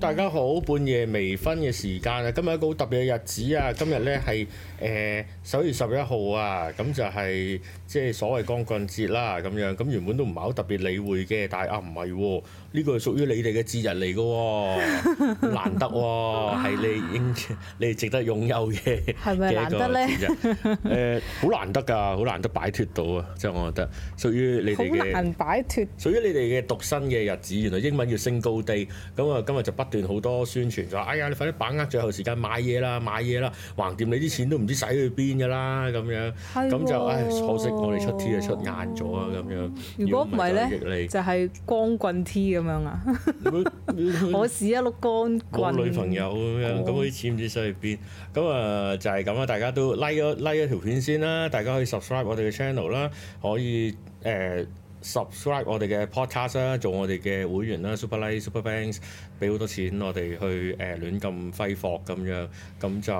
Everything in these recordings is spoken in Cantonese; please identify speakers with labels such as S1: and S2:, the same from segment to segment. S1: 大家好，半夜微醺嘅時間啊，今日一個好特別嘅日子啊，今日咧係誒十一月十一號啊，咁就係即係所謂光棍節啦，咁樣咁原本都唔係好特別理會嘅，但係啊唔係喎，呢個係屬於你哋嘅節日嚟嘅喎， 難得喎、係你應 你哋值得擁有嘅，
S2: 係咪難得咧
S1: 咧？誒，呃好難得㗎，好難得擺脱到啊，即係我覺得屬於你哋
S2: 好
S1: 嘅。
S2: 難擺脱。
S1: 屬於你哋嘅獨身嘅日子，原來英文叫 Single Day。咁啊，今日就不斷好多宣傳就話：哎呀，你快啲把握最後時間買嘢啦，買嘢啦！橫掂你啲錢都唔知使去邊㗎啦，咁樣。
S2: 係
S1: 咁就
S2: 喎
S1: 唉，可惜我哋出 T 就出晏咗啊，咁樣。
S2: 如果唔係
S1: 如果
S2: 咧，
S1: 唔
S2: 就係光棍 T 咁樣啊！
S1: 就益 你。
S2: 我是一碌光
S1: 嗯我
S2: 棍。
S1: 女朋友咁樣，咁
S2: 棍
S1: 佢啲錢唔知使去邊，咁啊就係咁啦，大家都 like 咗 like 咗條片先啦，大家可以 subscribe 我哋嘅 channel 啦，可以誒。呃 subscribe 我哋嘅 podcast 啦，做我哋嘅會員啦，super like super thanks，俾好多錢我哋去誒、呃、亂咁揮霍咁樣，咁就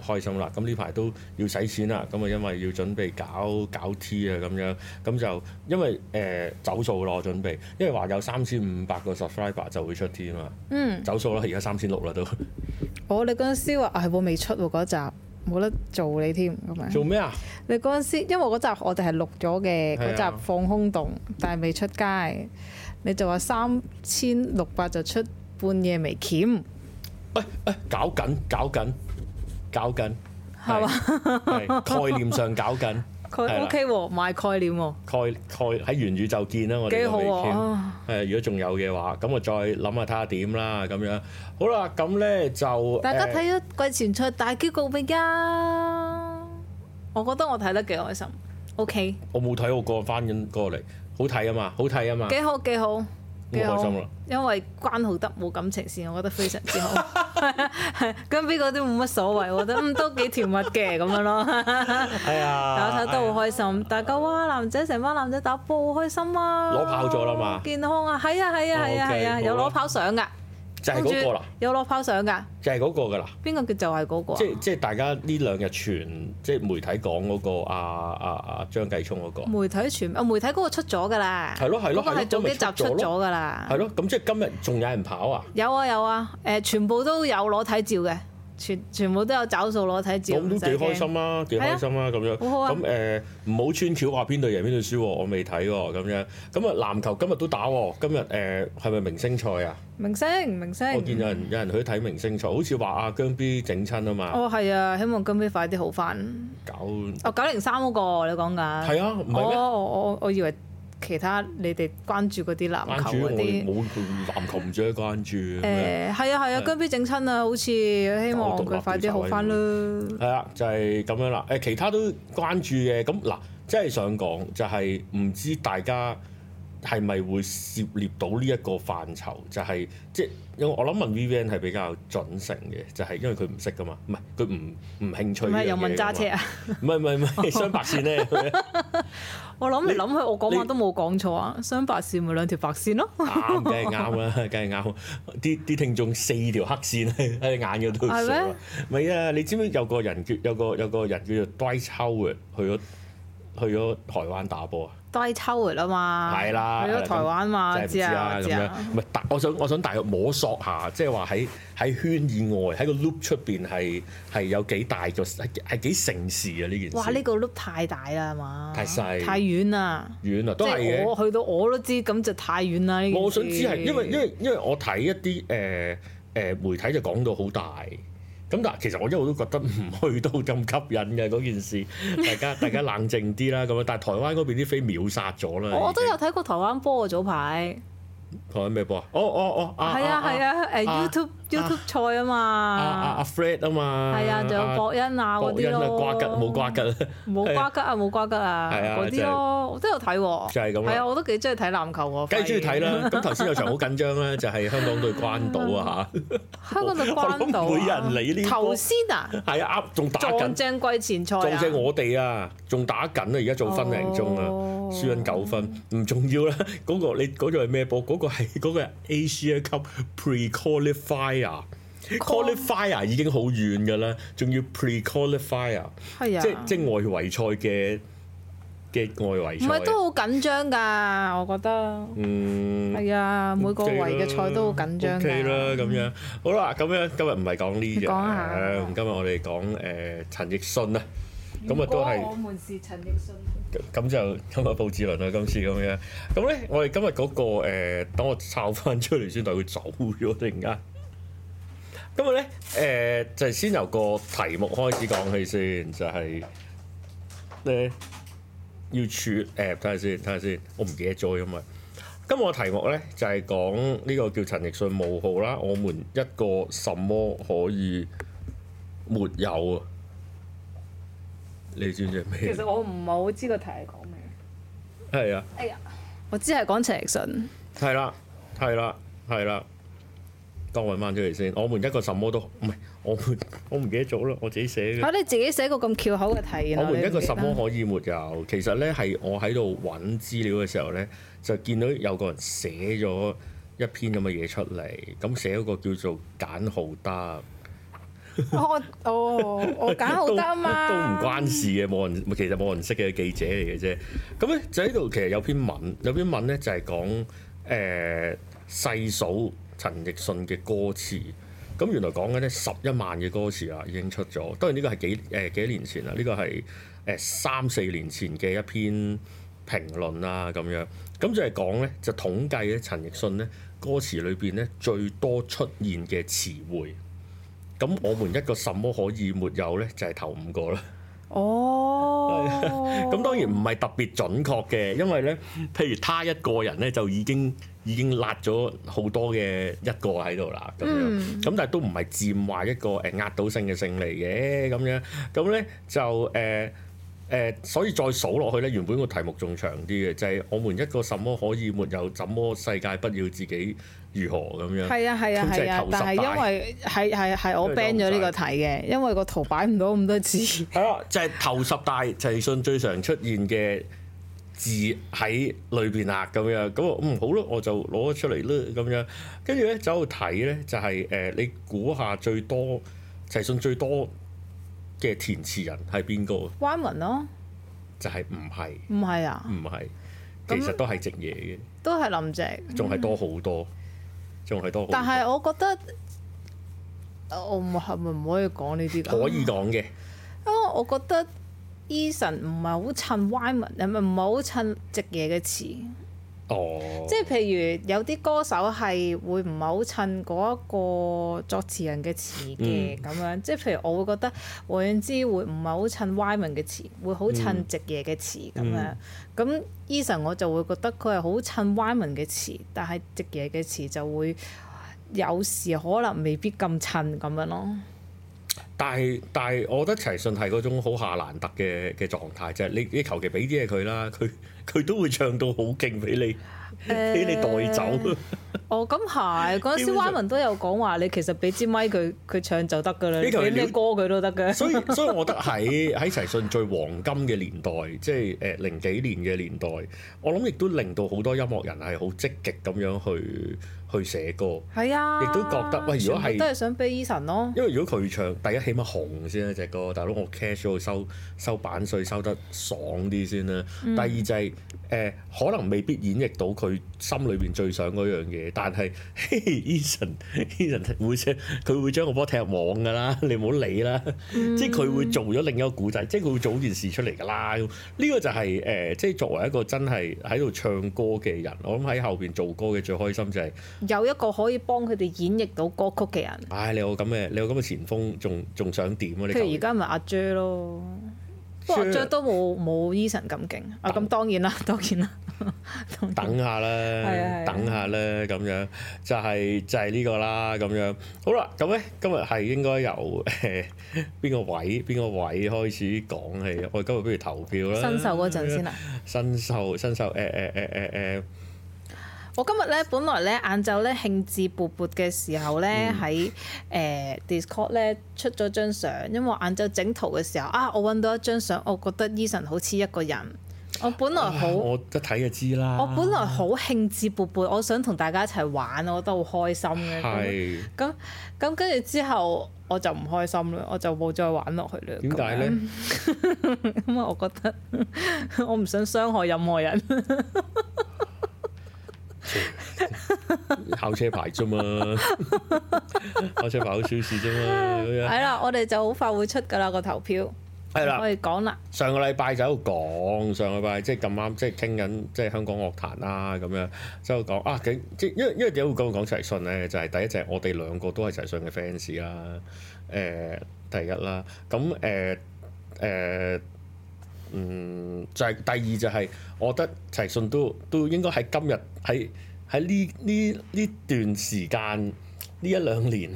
S1: 開心啦。咁呢排都要使錢啦，咁啊因為要準備搞搞 T 啊咁樣，咁就因為誒、呃走數咯，我準備，因為話有三千五百個 subscriber 就會出 T 嘛。
S2: 嗯，
S1: 走數啦，而家三千六啦都。
S2: 我哋嗰陣時話係我未出喎嗰集。冇得做你添咁樣，
S1: 做咩啊？
S2: 你嗰陣時，因為嗰集我哋係錄咗嘅，
S1: 係
S2: 嗰
S1: 啊
S2: 集放空洞，但係未出街，你就話三千六百就出半夜微醺，
S1: 喂、喂、搞緊，搞緊，搞緊，
S2: 係嘛
S1: 嘛？係概念上搞緊，係
S2: 佢
S1: 啦
S2: OK 喎，賣概念喎，
S1: 概概喺元宇宙見啦，我哋
S2: 幾
S1: 都
S2: 好
S1: 未
S2: 喎
S1: 傾。
S2: 啊，
S1: 係如果仲有嘅話，咁我再諗下睇下點啦，咁樣。好啦，咁咧就
S2: 大家
S1: 誒
S2: 睇咗季前賽大結局未啊？我覺得我睇得幾開心，OK，
S1: 我冇睇，我過翻緊過嚟，好睇啊嘛，好睇啊嘛，
S2: 幾好幾好。
S1: 咁我開心啦。
S2: 因為關浩德冇感情線，我覺得非常 之好。 咁邊個都冇乜所謂，我覺得嗯都幾甜蜜嘅咁樣咯。
S1: 係 啊，
S2: 大家睇得好開心，大家哇男仔成班男仔打波好開心啊！
S1: 攞炮咗啦嘛哦
S2: 健康啊，係啊係啊係啊
S1: OK，
S2: 係啊，有
S1: 好啦
S2: 攞炮相㗎，
S1: 就係嗰個啦，
S2: 有攞炮相㗎，
S1: 就係嗰個㗎啦。
S2: 邊個叫就係嗰個啊
S1: 即？係即係大家呢兩日傳即係媒體講嗰個啊啊啊張繼聰嗰個。
S2: 媒體傳啊，媒體嗰個出咗㗎啦，
S1: 係咯係咯
S2: 嗰個
S1: 係咯
S2: 係早幾集
S1: 咁咪出咗
S2: 出
S1: 咯
S2: 咗㗎啦
S1: 係。咯，咁即係今日仲有人跑啊？
S2: 有啊有啊，誒、全部都有裸體照嘅，全全部都有找數裸體照，
S1: 咁都
S2: 唔使
S1: 幾開
S2: 驚
S1: 心啊，幾開心啊咁樣。
S2: 好好啊
S1: 咁誒唔好穿橋話邊隊贏邊隊輸喎，我未睇喎咁樣。咁啊籃球今日都打喎，今日誒係咪明星賽啊？
S2: 明星明星，
S1: 我見有人有人去睇明星賽，好似話阿姜 B 整親啊嘛，
S2: 哦係啊，希望金飛快啲好翻。
S1: 搞
S2: 哦，九零三嗰個你講緊，
S1: 係啊，唔係咩？
S2: 哦，我我我以為其他你哋關注嗰啲籃
S1: 關
S2: 球
S1: 注我
S2: 嗰
S1: 哋
S2: 啲，
S1: 冇籃球唔止關注咁
S2: 誒係
S1: 樣。
S2: 啊係啊，
S1: 係
S2: 姜 B 整親啊，好似希望佢快啲好翻啦。
S1: 係啦，就係咁樣啦。誒，其他都關注嘅。咁嗱，即係想講就係唔知大家係咪會涉獵到呢一個範疇，就係、即係因為我諗問 Vivian 係比較準成嘅，就係、因為佢唔識噶嘛，唔係佢唔唔興趣
S2: 唔
S1: 呢樣嘢㗎嘛。
S2: 係又問揸車啊！
S1: 唔係？唔係唔 係雙白線咧，
S2: 我諗嚟諗去，我講話
S1: 你
S2: 都冇講錯啊！雙白線咪兩條白線咯，
S1: 啱梗係啱 啦，梗係啱。啲啲聽眾四條黑線 喺喺眼嗰度
S2: 係咩
S1: 上啊，唔係啊！你知唔知有個人叫有個有個人叫做 Dwight Howard 去咗去咗台灣打波啊？
S2: 低抽嚟啊嘛，
S1: 係啦
S2: 去咗台灣嘛，
S1: 真係唔
S2: 知
S1: 知
S2: 啊
S1: 啦
S2: 我
S1: 咁
S2: 知
S1: 樣
S2: 啊，，
S1: 唔係大我想我想大約摸索下，即係話喺喺圈以外，喺個 loop 出邊係係有幾大個係係幾城市啊呢件事。
S2: 哇！呢個碌太大啦，係嘛？
S1: 太細
S2: 太遠啦。
S1: 遠啊，
S2: 即
S1: 都係
S2: 係
S1: 嘅。
S2: 我去到我都知，咁就太遠啦。呢件事
S1: 我想知係因為因為因為我睇一啲誒誒媒體就講到好大。咁但係其實我一路都覺得唔去到咁吸引嘅嗰 件事，大家大家冷靜啲啦咁樣。但係台灣嗰邊啲飛秒殺咗啦，
S2: 哦我
S1: 已
S2: 都
S1: 經
S2: 有睇過台灣波啊，早排
S1: 台灣咩波啊？哦哦哦，
S2: 係啊係啊，誒
S1: 啊
S2: YouTube
S1: 啊
S2: YouTube 賽啊
S1: 啊啊
S2: 嘛，
S1: 阿 Fred 啊嘛，
S2: 係啊，仲有博恩啊嗰
S1: 博
S2: 啲
S1: 恩啊，
S2: 咯，
S1: 瓜吉冇瓜吉，
S2: 冇瓜吉啊冇瓜吉啊
S1: 係啊
S2: 嗰
S1: 就
S2: 啲
S1: 係
S2: 咯，我都有睇喎，
S1: 就係咁啦
S2: 係啊，我都幾中意睇籃球喎，
S1: 梗係中意睇
S2: 反而。
S1: 啦。咁頭先有場好緊張咧，就係香港對關島啊
S2: 香港就關到啊，
S1: 我諗唔會有人理呢波
S2: 頭先啊，
S1: 嚇，係啊啱，仲打緊
S2: 撞，正季前賽啊，
S1: 撞正我哋啊，仲打緊啊，而家做分零鐘啊，
S2: 哦
S1: 輸緊九分，唔重要啦。 嗰個你嗰度係咩波？嗰個係 嗰個係 Asia Cup Pre-Qualifier。qualifier 已經好遠㗎啦，仲要 pre-qualifier，
S2: 係啊，
S1: 即即外圍賽嘅嘅外圍
S2: 唔
S1: 賽。
S2: 係都好緊張㗎，我覺得
S1: 嗯。
S2: 係啊，每個
S1: OK 啦
S2: 圍嘅賽都好緊張
S1: OK
S2: 㗎。
S1: 啦，咁樣好啦，咁樣今日唔係講呢
S2: 你
S1: 樣，
S2: 講下
S1: 今日我哋講誒陳奕迅啊，咁啊都係。
S2: 們是陳奕迅。
S1: 咁就今日報志論啦，今次咁樣。咁咧，我哋今日嗰、個、呃、等我抄翻出嚟先，但係佢走咗突然間。今日咧，誒、就係先由個題目開始講起先，就係、咧要處誒，睇下先，睇下先，我唔記得咗因為。今日嘅題目咧就係、講呢個叫陳奕迅冒號啦，我們一個什麼可以沒有啊？你知唔知係咩？
S2: 我唔係好知個題係講咩。
S1: 係啊。
S2: 哎呀，我只係講陳奕迅。
S1: 係啦，係啦，係啦。當揾翻出嚟先，我們一個什麼都唔係，我們我唔記得咗啦，我自己寫嘅。
S2: 嚇你自己寫個咁翹口嘅題，
S1: 我
S2: 然後啊你
S1: 們一個
S2: 唔記
S1: 什
S2: 得
S1: 麼可以沒有？其實咧係我喺度揾資料嘅時候咧，就見到有個人寫咗一篇咁嘅嘢出嚟，咁寫嗰個叫做簡浩德，
S2: 我我哦，我揀好得啊嘛，
S1: 都唔關事嘅，冇人其實冇人識嘅記者嚟嘅啫。咁咧就喺度其實有篇文，有篇文咧就係講誒細數陳奕迅嘅歌詞。咁原來講緊咧十一萬嘅歌詞啊，已經出咗。當然呢個係幾誒、呃、幾年前啦，呢、個係誒三四年前嘅一篇評論啦咁樣。咁就係講咧，就統計咧陳奕迅咧歌詞裏邊咧最多出現嘅詞彙。咁我們一個什麼可以沒有呢？就係、頭五個啦。
S2: 哦，
S1: 咁當然唔係特別準確嘅，因為呢，譬如他一個人呢，就已經已經辣咗好多嘅一個喺度啦，咁樣。
S2: 嗯
S1: 咁但係都唔係佔話一個誒壓倒性嘅勝利嘅咁樣。咁呢，就誒。呃誒、所以再數落去咧，原本個題目仲長啲嘅，就係、我們一個什麼可以沒有，怎麼世界不要自己如何咁樣。
S2: 係啊係啊
S1: 咁就係
S2: 係啊
S1: 頭，十
S2: 但係
S1: 大
S2: 因為係係係我
S1: 因為都
S2: ban
S1: 唔
S2: 咗呢個
S1: 曬
S2: 題嘅，因為個圖擺唔到咁多字。
S1: 係啦，就係頭十大陳奕迅最常出現嘅字喺裏邊啦，咁樣咁我嗯好咯，我就攞咗出嚟啦，咁樣跟住咧走去睇咧，就係、誒、你估下最多陳奕迅最多嘅填詞人係邊個？
S2: 彎文咯，
S1: 就係唔係
S2: 唔係啊，
S1: 唔係，其實都係直嘢
S2: 都係林夕。
S1: 嘅，仲係多好多，仲係多好多。
S2: 但係我覺得，我唔係咪唔可以講呢啲㗎？
S1: 可以講
S2: 因
S1: 嘅，
S2: 為我覺得 Eason 唔係好襯 Wyman，係咪唔係好襯直嘢嘅詞？
S1: 哦，
S2: 即係譬如有啲歌手係會唔係好襯嗰一個作詞人嘅詞
S1: 嗯
S2: 嘅咁樣，即係譬如我會覺得黃遠之會唔係好襯 Wyman 嘅詞，會好襯直夜嘅詞咁
S1: 嗯
S2: 樣。咁 Eason 我就會覺得佢係好襯 Wyman 嘅詞，但係直夜嘅詞就會有時可能未必咁襯咁樣咯。
S1: 但係但係，我覺得陳奕迅係嗰種好夏蘭特嘅嘅狀態，就係、你你求其俾啲嘢佢啦， 佢佢都會唱到好勁俾你， 俾你帶走。
S2: 哦，咁係嗰陣時
S1: 基本上
S2: Wyman 都有講話，你其實俾支咪佢，佢唱就得㗎啦，
S1: 呢個係
S2: 俾咩
S1: 了
S2: 歌佢都得㗎。
S1: 所以所以，我覺得喺喺陳奕迅最黃金嘅年代，即係誒零幾年嘅年代，我諗亦都令到好多音樂人係好積極咁樣去去寫歌。
S2: 係啊，
S1: 亦都覺得喂如果係
S2: 全部都係想俾 Eason 咯，
S1: 因為如果佢唱，第一起碼紅先啦隻歌，大佬我 cash 咗佢收收版税收得爽啲先啦。第二就係、呃可能未必演繹到佢心裏邊最想嗰樣嘢，但係 Eason Eason 會將佢會將個波踢入網㗎啦， 你唔好理啦。即係佢會做咗另一個古仔，即係佢會做件事出嚟㗎啦。咁呢個就係、呃即係作為一個真係喺度唱歌嘅人，我諗喺後邊做歌嘅最開心就係、
S2: 有一個可以幫佢哋演繹到歌曲嘅人，
S1: 唉，你有咁嘅你有咁嘅前鋒，仲仲想點啊？
S2: 譬
S1: 你求
S2: 如而
S1: 其
S2: 家咪阿 J 咯，不過阿 J 都冇冇 Eason 咁勁啊，咁當然啦， 當然啦，
S1: 等下
S2: 係啊係
S1: 啦
S2: 啊，
S1: 等下啦，咁樣就係、就係、呢個啦，咁樣好啦，咁咧今日係應該由 誒邊、個位邊個位開始講起？我哋今日不如投票啦，
S2: 新秀嗰陣先啦。
S1: 新秀新秀誒誒誒誒誒，
S2: 我今日咧，本來咧晏晝咧興致勃勃嘅時候咧，
S1: 嗯
S2: 喺誒、呃 Discord 咧出咗張相，因為我晏晝整圖嘅時候啊，我揾到一張相，我覺得 Eason 好似一個人，我本來好，我
S1: 我一睇就知啦。
S2: 本來好興致勃勃，我想同大家一齊玩，我覺得好開心嘅。咁
S1: 係
S2: 咁咁跟住之後我就唔開心啦，我就冇再玩落去啦。
S1: 點解咧？
S2: 咁樣？ 因為我覺得 我唔想傷害任何 人。
S1: 考車牌啫 嘛，考車牌好小事啫嘛，咁樣
S2: 係啦，我哋就好快會出㗎啦個投票，
S1: 啊係啦
S2: 我。哋講啦。
S1: 上個禮拜就喺度講，上個禮拜即係咁啱，即係傾緊即係香港樂壇啦咁樣，就講啊，幾即係因為因為點解會咁講齊信咧？就係、第一就係我哋兩個都係齊信嘅 fans 啦，誒、第一啦，咁誒誒嗯就係、第二就係、我覺得齊信都都應該喺今日喺喺呢呢呢段時間呢一兩年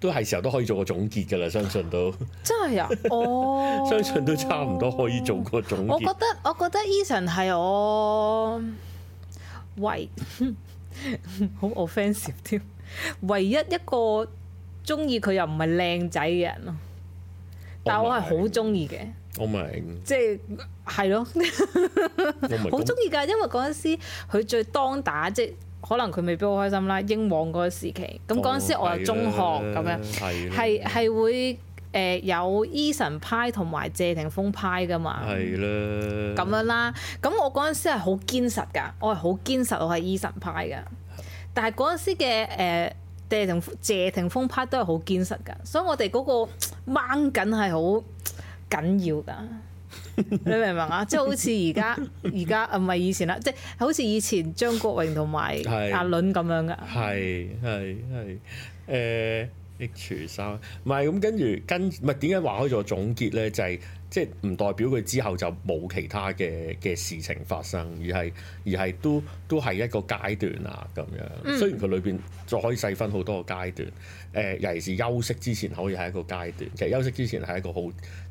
S1: 都係時候都可以做個總結㗎啦，相信都，
S2: 真係啊！哦
S1: 相信都差唔多可以做個總
S2: 我覺
S1: 結。
S2: 得我覺得 Eason 係我唯 好 offensive 添，唯一一個中意佢又唔係靚仔嘅人咯。但我係好中意嘅，
S1: 我明，
S2: 即係係咯，
S1: 我明，
S2: 好中意㗎。因為嗰陣時佢最當打，即係可能佢未必好開心啦。英皇嗰個時期，咁嗰陣時我又中學咁樣。
S1: 哦係啦
S2: 係係會誒、呃有 Eason 派同埋謝霆鋒派噶嘛，
S1: 係啦，
S2: 咁樣啦。咁我嗰陣時係好堅實㗎，我係好堅實，我係 Eason 派㗎。但係嗰陣時嘅誒謝霆謝霆鋒派都係好堅實㗎，所以我哋嗰個掹緊係好緊要㗎。你明唔明啊？即係好似而家而家啊，唔係以前啦，即係好似以前張國榮同埋
S1: 係啊
S2: 阿倫咁樣㗎。
S1: 係係係誒 H 三，唔係咁跟住跟唔係點解話開咗總結咧？就係即係唔代表佢之後就冇其他嘅嘅事情發生，而係而係都都係一個階段啊咁樣。雖然佢裏邊再可以細分好多個階段，誒、尤其是休息之前可以係一個階段，其實休息之前係一個好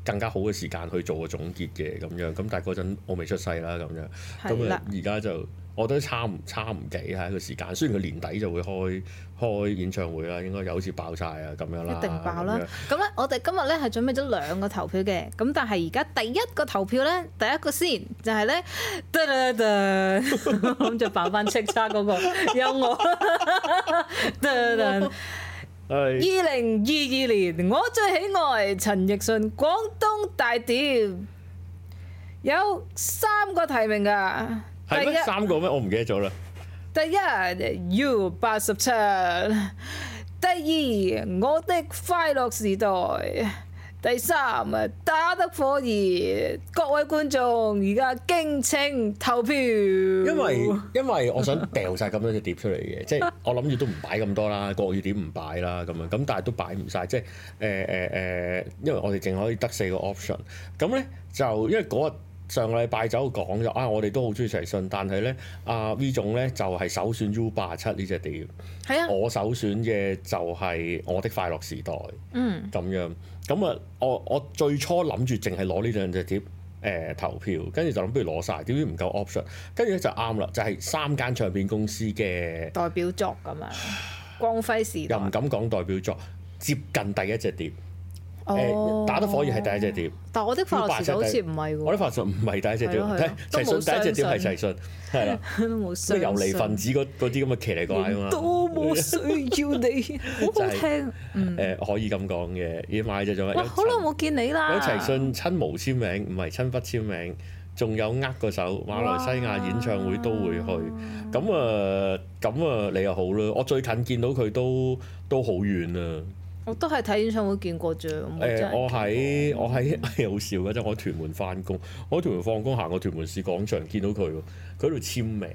S1: 更加好嘅時間去做個總結嘅咁樣。咁但係嗰陣我未出世啦咁樣。
S2: 係
S1: 咁
S2: 啦
S1: 啊，，而家就我覺得差唔差唔幾係一個時間。雖然佢年底就會開開演唱會啦，應該又好似爆晒啊咁樣啦，
S2: 一定爆
S1: 咁
S2: 啦
S1: 樣！
S2: 咁咧，我哋今日咧係準備咗兩個投票嘅，咁但係而家第一個投票咧，第一個先就係咧，得啦得， 咁就扮翻叱咤嗰個有我，得 啦得。二
S1: 係
S2: 零二二年我最喜愛陳奕迅《廣東大碟》，有三個提名㗎。第
S1: 係
S2: 一
S1: 咩。三個咩？我唔記得咗啦。
S2: 第一 U 八十七，第二我的快樂時代，第三打得火熱。各位觀眾而家敬請投票，因
S1: 因為
S2: 哦
S1: 因為我想掉晒咁多隻碟出嚟嘅，即係我諗住都唔擺咁多啦，國語碟唔擺啦咁樣，咁但係都擺唔晒，即係誒誒誒，因為我哋淨可以得四個 option，咁咧就因為嗰日。上個禮拜就講咗啊，我哋都好中意齊信，但係咧，阿、V 總咧就係、首選 U 八七呢隻碟，
S2: 係啊，
S1: 我首選嘅就係我的快樂時代
S2: 嗯，
S1: 咁樣，咁啊，我我最初諗住淨係攞呢兩隻碟誒、呃投票，跟住就諗不如攞晒，點知唔夠 option，跟住咧就啱啦，就係、三間唱片公司嘅，
S2: 代表作咁樣，光輝時代
S1: 又唔敢講代表作，接近第一隻碟，誒、
S2: 哦
S1: 打得火熱係第一隻碟，
S2: 但我的快樂時代好似唔係
S1: 我
S2: 喎
S1: 的，發信唔 係第一隻碟，
S2: 係咯係咯
S1: 齊
S2: 都冇
S1: 信第一隻碟係
S2: 相
S1: 齊信，係啦，
S2: 都冇相
S1: 咩
S2: 信
S1: 遊離分子嗰嗰啲咁嘅騎呢怪啊嘛。
S2: 多麼需要 你，好好聽，嗯，
S1: 誒、可以咁講嘅，已經買咗咗。
S2: 哇，
S1: 有
S2: 好耐
S1: 陳
S2: 冇見你
S1: 有
S2: 啦，
S1: 齊信親毛簽名，唔係親筆簽名，仲有握個手，馬來西亞演唱會都會去。咁啊，咁啊，你又好啦。我最近見到佢都都好遠啊。
S2: 我都係睇演唱會見過啫，
S1: 誒、
S2: 冇真係
S1: 我喺我喺 係好笑嘅，啊即係我喺屯門翻工，我喺屯門放工行過屯門市廣場見到佢喎，佢喺度簽名。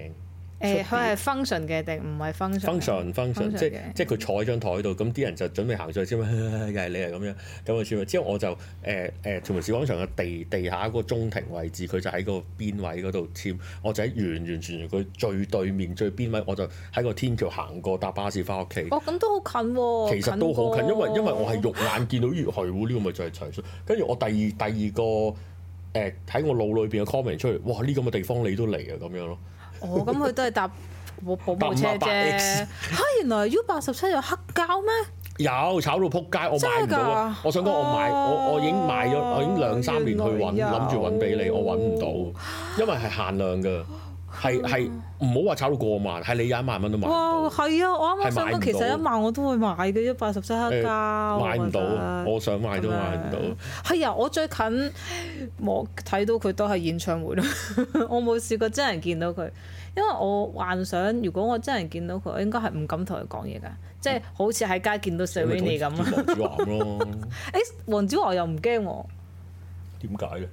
S2: 誒，
S1: 出
S2: 佢係 function 嘅定唔係 function？function
S1: function function 即係
S2: 嘅
S1: 即係佢坐喺張台度，咁啲人就準備行上去簽名，又係你係咁樣，咁啊簽名。之後我就誒誒屯門市廣場嘅地地下嗰個中庭位置，佢就喺個邊位嗰度簽，我就喺完完全全佢最對面最邊位，我就喺個天橋行過搭巴士翻屋企。
S2: 哦，咁都好近喎。
S1: 其實都好近，
S2: 過
S1: 因為因為我係肉眼見到越係喎，呢、個咪就係齊信。跟住我第二第二個誒喺、我腦裏邊嘅 comment 出嚟，哇！呢咁嘅地方你都嚟啊咁樣咯。
S2: 哦，咁佢都係搭 保保姆車
S1: 搭五啊八
S2: 啫。
S1: X
S2: 嚇，原來 U 八十七有黑膠咩？
S1: 有炒到撲街，我買唔到
S2: 真係㗎哦
S1: 啊！我想講我買，我我已經買咗，我已經兩三年去揾，
S2: 原來有
S1: 諗住揾俾你，我揾唔到。因為係限量㗎，係係唔好話炒到過萬，係你有一萬蚊都買唔
S2: 哇，
S1: 到，
S2: 係啊！我啱啱
S1: 係
S2: 想
S1: 買唔
S2: 講，其實
S1: 到
S2: 一萬我都會買嘅啫，八十七克
S1: 誒
S2: 膠
S1: 買唔到
S2: 我覺得，
S1: 啊我想買都買唔到。
S2: 係啊！我最近我睇到佢都係演唱會咯， 我冇試過真人見到佢，因為我幻想如果我真人見到佢，我應該係唔敢同佢講嘢㗎，即
S1: 嗯
S2: 係好似喺街見到 Serrini 咁啊！
S1: 黃子華咁咯，
S2: 誒，黃子華又唔驚喎，
S1: 點解咧？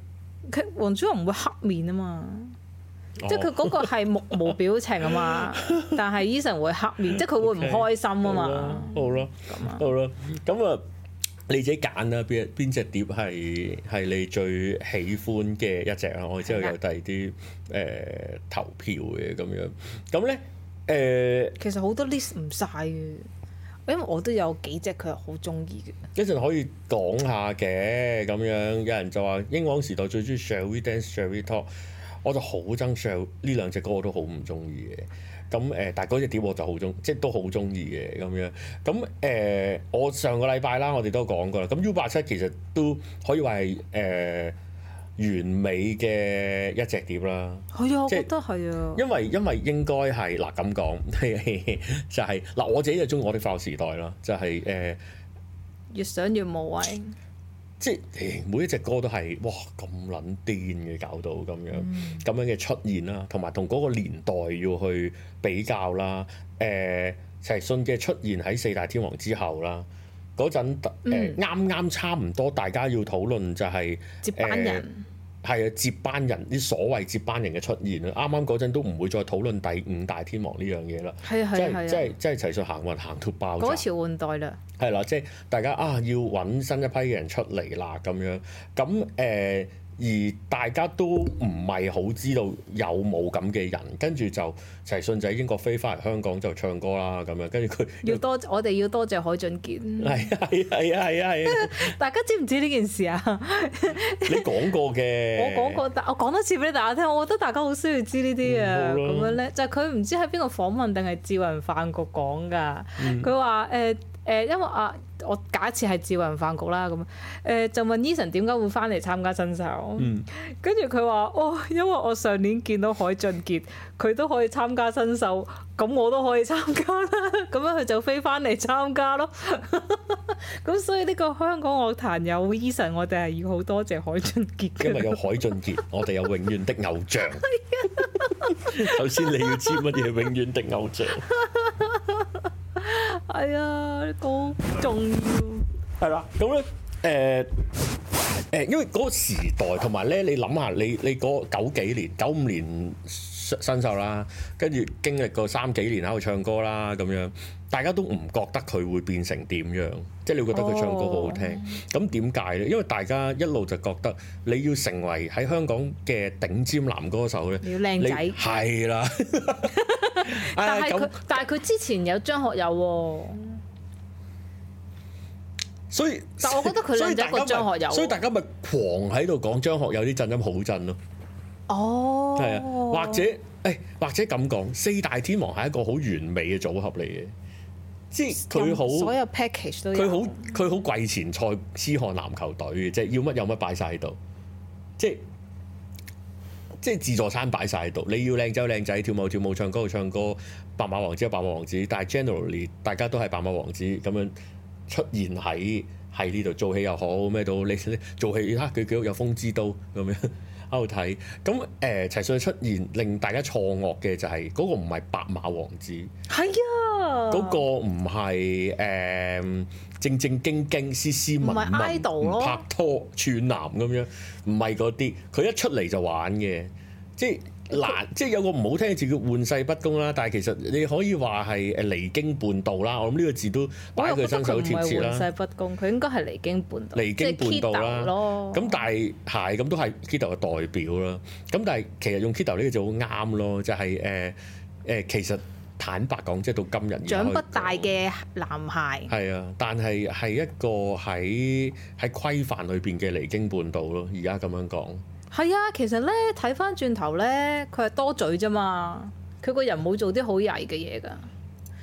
S2: 佢黃子華唔會黑面啊嘛，
S1: 哦
S2: 即係佢嗰個係目無表情啊 嘛，但係 Eason 會黑面，即係佢會唔
S1: OK，
S2: 開心啊
S1: 好
S2: 嘛
S1: 啦，，好啦，
S2: 咁啊，
S1: 好啦，咁啊。你自己揀啦，邊一邊只碟係係你最喜歡嘅一隻啊？我哋之後
S2: 係啦
S1: 有第二啲誒投票嘅咁樣，咁咧
S2: 其實好多 list 唔晒嘅，因為我都有幾隻佢係好中意嘅。
S1: 誒一陣可以講下嘅咁樣，有人就話英皇時代最中意 Shall We Dance Shall We Talk，我就好憎 Shall 呢兩隻歌我都好唔中意嘅。咁誒、但係嗰隻碟我就好中，即係都好中意嘅咁樣。咁誒、我上個禮拜啦，我哋都講過啦。咁 U 八七其實都可以話係誒完美嘅一隻碟啦。
S2: 係啊，我
S1: 即係
S2: 覺得係啊，
S1: 因為因為應該係嗱咁講， 就係、嗱我自己就中意我的快樂時代啦，就係、誒、
S2: 越想越無謂。
S1: 即係誒每一隻歌都係哇咁撚癲嘅搞到咁樣
S2: 嗯
S1: 咁樣嘅出現啦，同埋同嗰個年代要去比較啦。誒陳奕迅嘅出現喺四大天王之後啦，嗰陣誒
S2: 嗯
S1: 啱啱差唔多，大家要討論就係、
S2: 接班人
S1: 係啊，接班人啲所謂接班人嘅出現啦，啱啱嗰陣都唔會再討論第五大天王呢樣嘢啦，
S2: 係啊
S1: 即
S2: 係啊
S1: 係即
S2: 係啊，
S1: 係即係齊上行運行到爆
S2: 改
S1: 炸。
S2: 朝換代啦，
S1: 係啦，即係大家啊，要揾新一批嘅人出嚟啦，咁樣咁誒、呃而大家都唔係好知道有冇咁嘅人，跟住就齊信就喺英國飛翻嚟香港就唱歌啦，咁樣跟住佢
S2: 要多我哋要多謝海俊傑。
S1: 係係係係係，
S2: 大家知唔知呢件事啊？
S1: 你講過
S2: 我
S1: 嘅，
S2: 講過， 但我講多次俾大家聽，我覺得大家好需要知呢啲啊。
S1: 嗯好啦
S2: 咁樣咧，就係佢唔知喺邊個訪問定係智雲飯局講㗎。佢話誒誒，因為啊，我假設係智雲飯局啦，咁誒、呃就問 Eason 點解會翻嚟參加新秀。
S1: 嗯
S2: 跟住佢話：哦，因為我上年見到海俊傑，佢都可以參加新秀，咁我都可以參加啦。咁樣佢就飛翻嚟參加 咯。咁所以呢個香港樂壇有 Eason，我哋係要好多謝海俊傑
S1: 今日
S2: 嘅。
S1: 有海俊傑，我哋有永遠的偶 像。首先你要知乜嘢係永遠的偶像。
S2: 係啊，呢個好重要。
S1: 係啦，咁咧誒誒，因為嗰個時代同埋咧，你諗下，你你嗰九幾年、九五年新新秀啦，跟住經歷過三幾年喺度唱歌啦，咁樣大家都唔覺得佢會變成點樣，即係你會覺得佢唱歌好好
S2: 哦
S1: 聽。咁點解咧？因為大家一路就覺得你要成為喺香港嘅頂尖男歌手咧，
S2: 你要靚仔
S1: 你係啦。
S2: 但
S1: 唉
S2: 係
S1: 咁
S2: 佢，但係佢之前有張學友喎、
S1: 所以，
S2: 但我覺得佢
S1: 所以
S2: 靚仔過
S1: 大家咪
S2: 張學友喎
S1: 所以大家咪狂喺度講張學友啲震音好震咯，
S2: 哦，
S1: 係啊，或者誒、或者咁講，四大天王係一個好完美嘅組合嚟嘅，即係佢好
S2: 所有 package 都有
S1: 佢好佢好季前賽痴漢籃球隊嘅，即係要乜有乜擺晒喺度，即係。即係自助餐擺晒喺度，你要靚仔有靚仔，跳舞有跳舞，唱歌有唱歌，白馬王子有白馬王子，但係 generally 大家都係白馬王子咁樣出現喺喺呢度做戲又好咩都好，你 你做戲啊佢佢有風之刀咁樣 喺度睇，咁誒、呃、齊信出現令大家錯愕嘅就係、嗰、個唔係白馬王子。
S2: 係啊，
S1: 嗰個唔係誒正正經經、斯斯文文、
S2: 唔係 idol 咯
S1: 唔拍拖、串男咁樣，唔係嗰啲。佢一出嚟就玩嘅，即係難，即係有個唔好聽嘅字叫玩世不恭啦。但係其實你可以話係誒離經叛道啦。我諗呢個字都擺
S2: 我
S1: 喺
S2: 又覺
S1: 佢
S2: 得
S1: 身
S2: 佢
S1: 手
S2: 唔
S1: 貼
S2: 係
S1: 切
S2: 玩
S1: 啦。
S2: 世不恭，佢應該係離經叛道，
S1: 離經叛道啦
S2: 即係 Kido 咯。
S1: 咁但係係咁都係 Kido 嘅代表啦。咁但係其實用 Kido 呢個就好啱咯，就係誒誒其實坦白講，即係到今日而家
S2: 長不
S1: 可以
S2: 大
S1: 講
S2: 嘅男孩，
S1: 係啊，但係係一個喺喺規範裏邊嘅離經叛道咯。而家咁樣講，
S2: 係啊，其實咧睇翻轉頭咧，佢係多嘴啫嘛，佢個人冇做啲好曳嘅嘢㗎。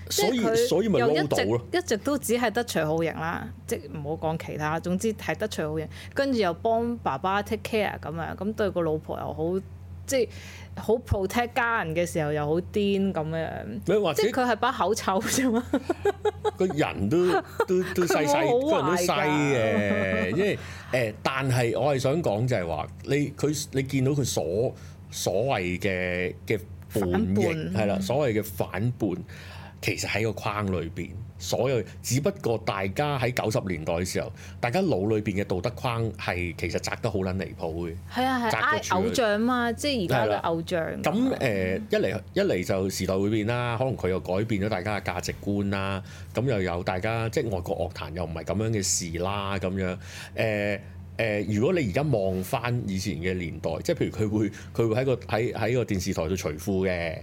S2: 即
S1: 所
S2: 係佢
S1: 以所以咪
S2: 又一
S1: 撈到
S2: 直
S1: 咯。
S2: 一直都只係得徐浩瑩啦，即係唔好講其他，總之係得徐浩瑩，跟住又幫爸爸 take care 咁樣，咁對個老婆又好即係好 protect 家人嘅時候又好癲咁樣，
S1: 咩或者
S2: 即係佢係把口臭啫 嘛。
S1: 個人都都都細細，
S2: 佢冇
S1: 個
S2: 好
S1: 人都
S2: 壞㗎
S1: 細嘅，因為誒、但係我係想講就係話，你佢你見到佢所所謂嘅嘅叛
S2: 反
S1: 逆
S2: 叛
S1: 係啦，所謂嘅反叛，其實喺個框裏邊，所有只不過大家喺九十年代嘅時候，大家腦裏邊嘅道德框係其實窄得好撚離譜嘅。
S2: 係啊係
S1: 擲個
S2: 啊，
S1: 柱
S2: 偶像嘛，即係而
S1: 係
S2: 家
S1: 啦
S2: 嘅偶像。
S1: 咁誒、一嚟一嚟就時代會變啦，可能佢又改變咗大家嘅價值觀啦，咁又有大家即係外國樂壇又唔係咁樣嘅事啦，咁樣誒。誒，如果你而家望翻以前嘅年代，即係譬如佢會佢會喺個喺喺個電視台度除褲嘅，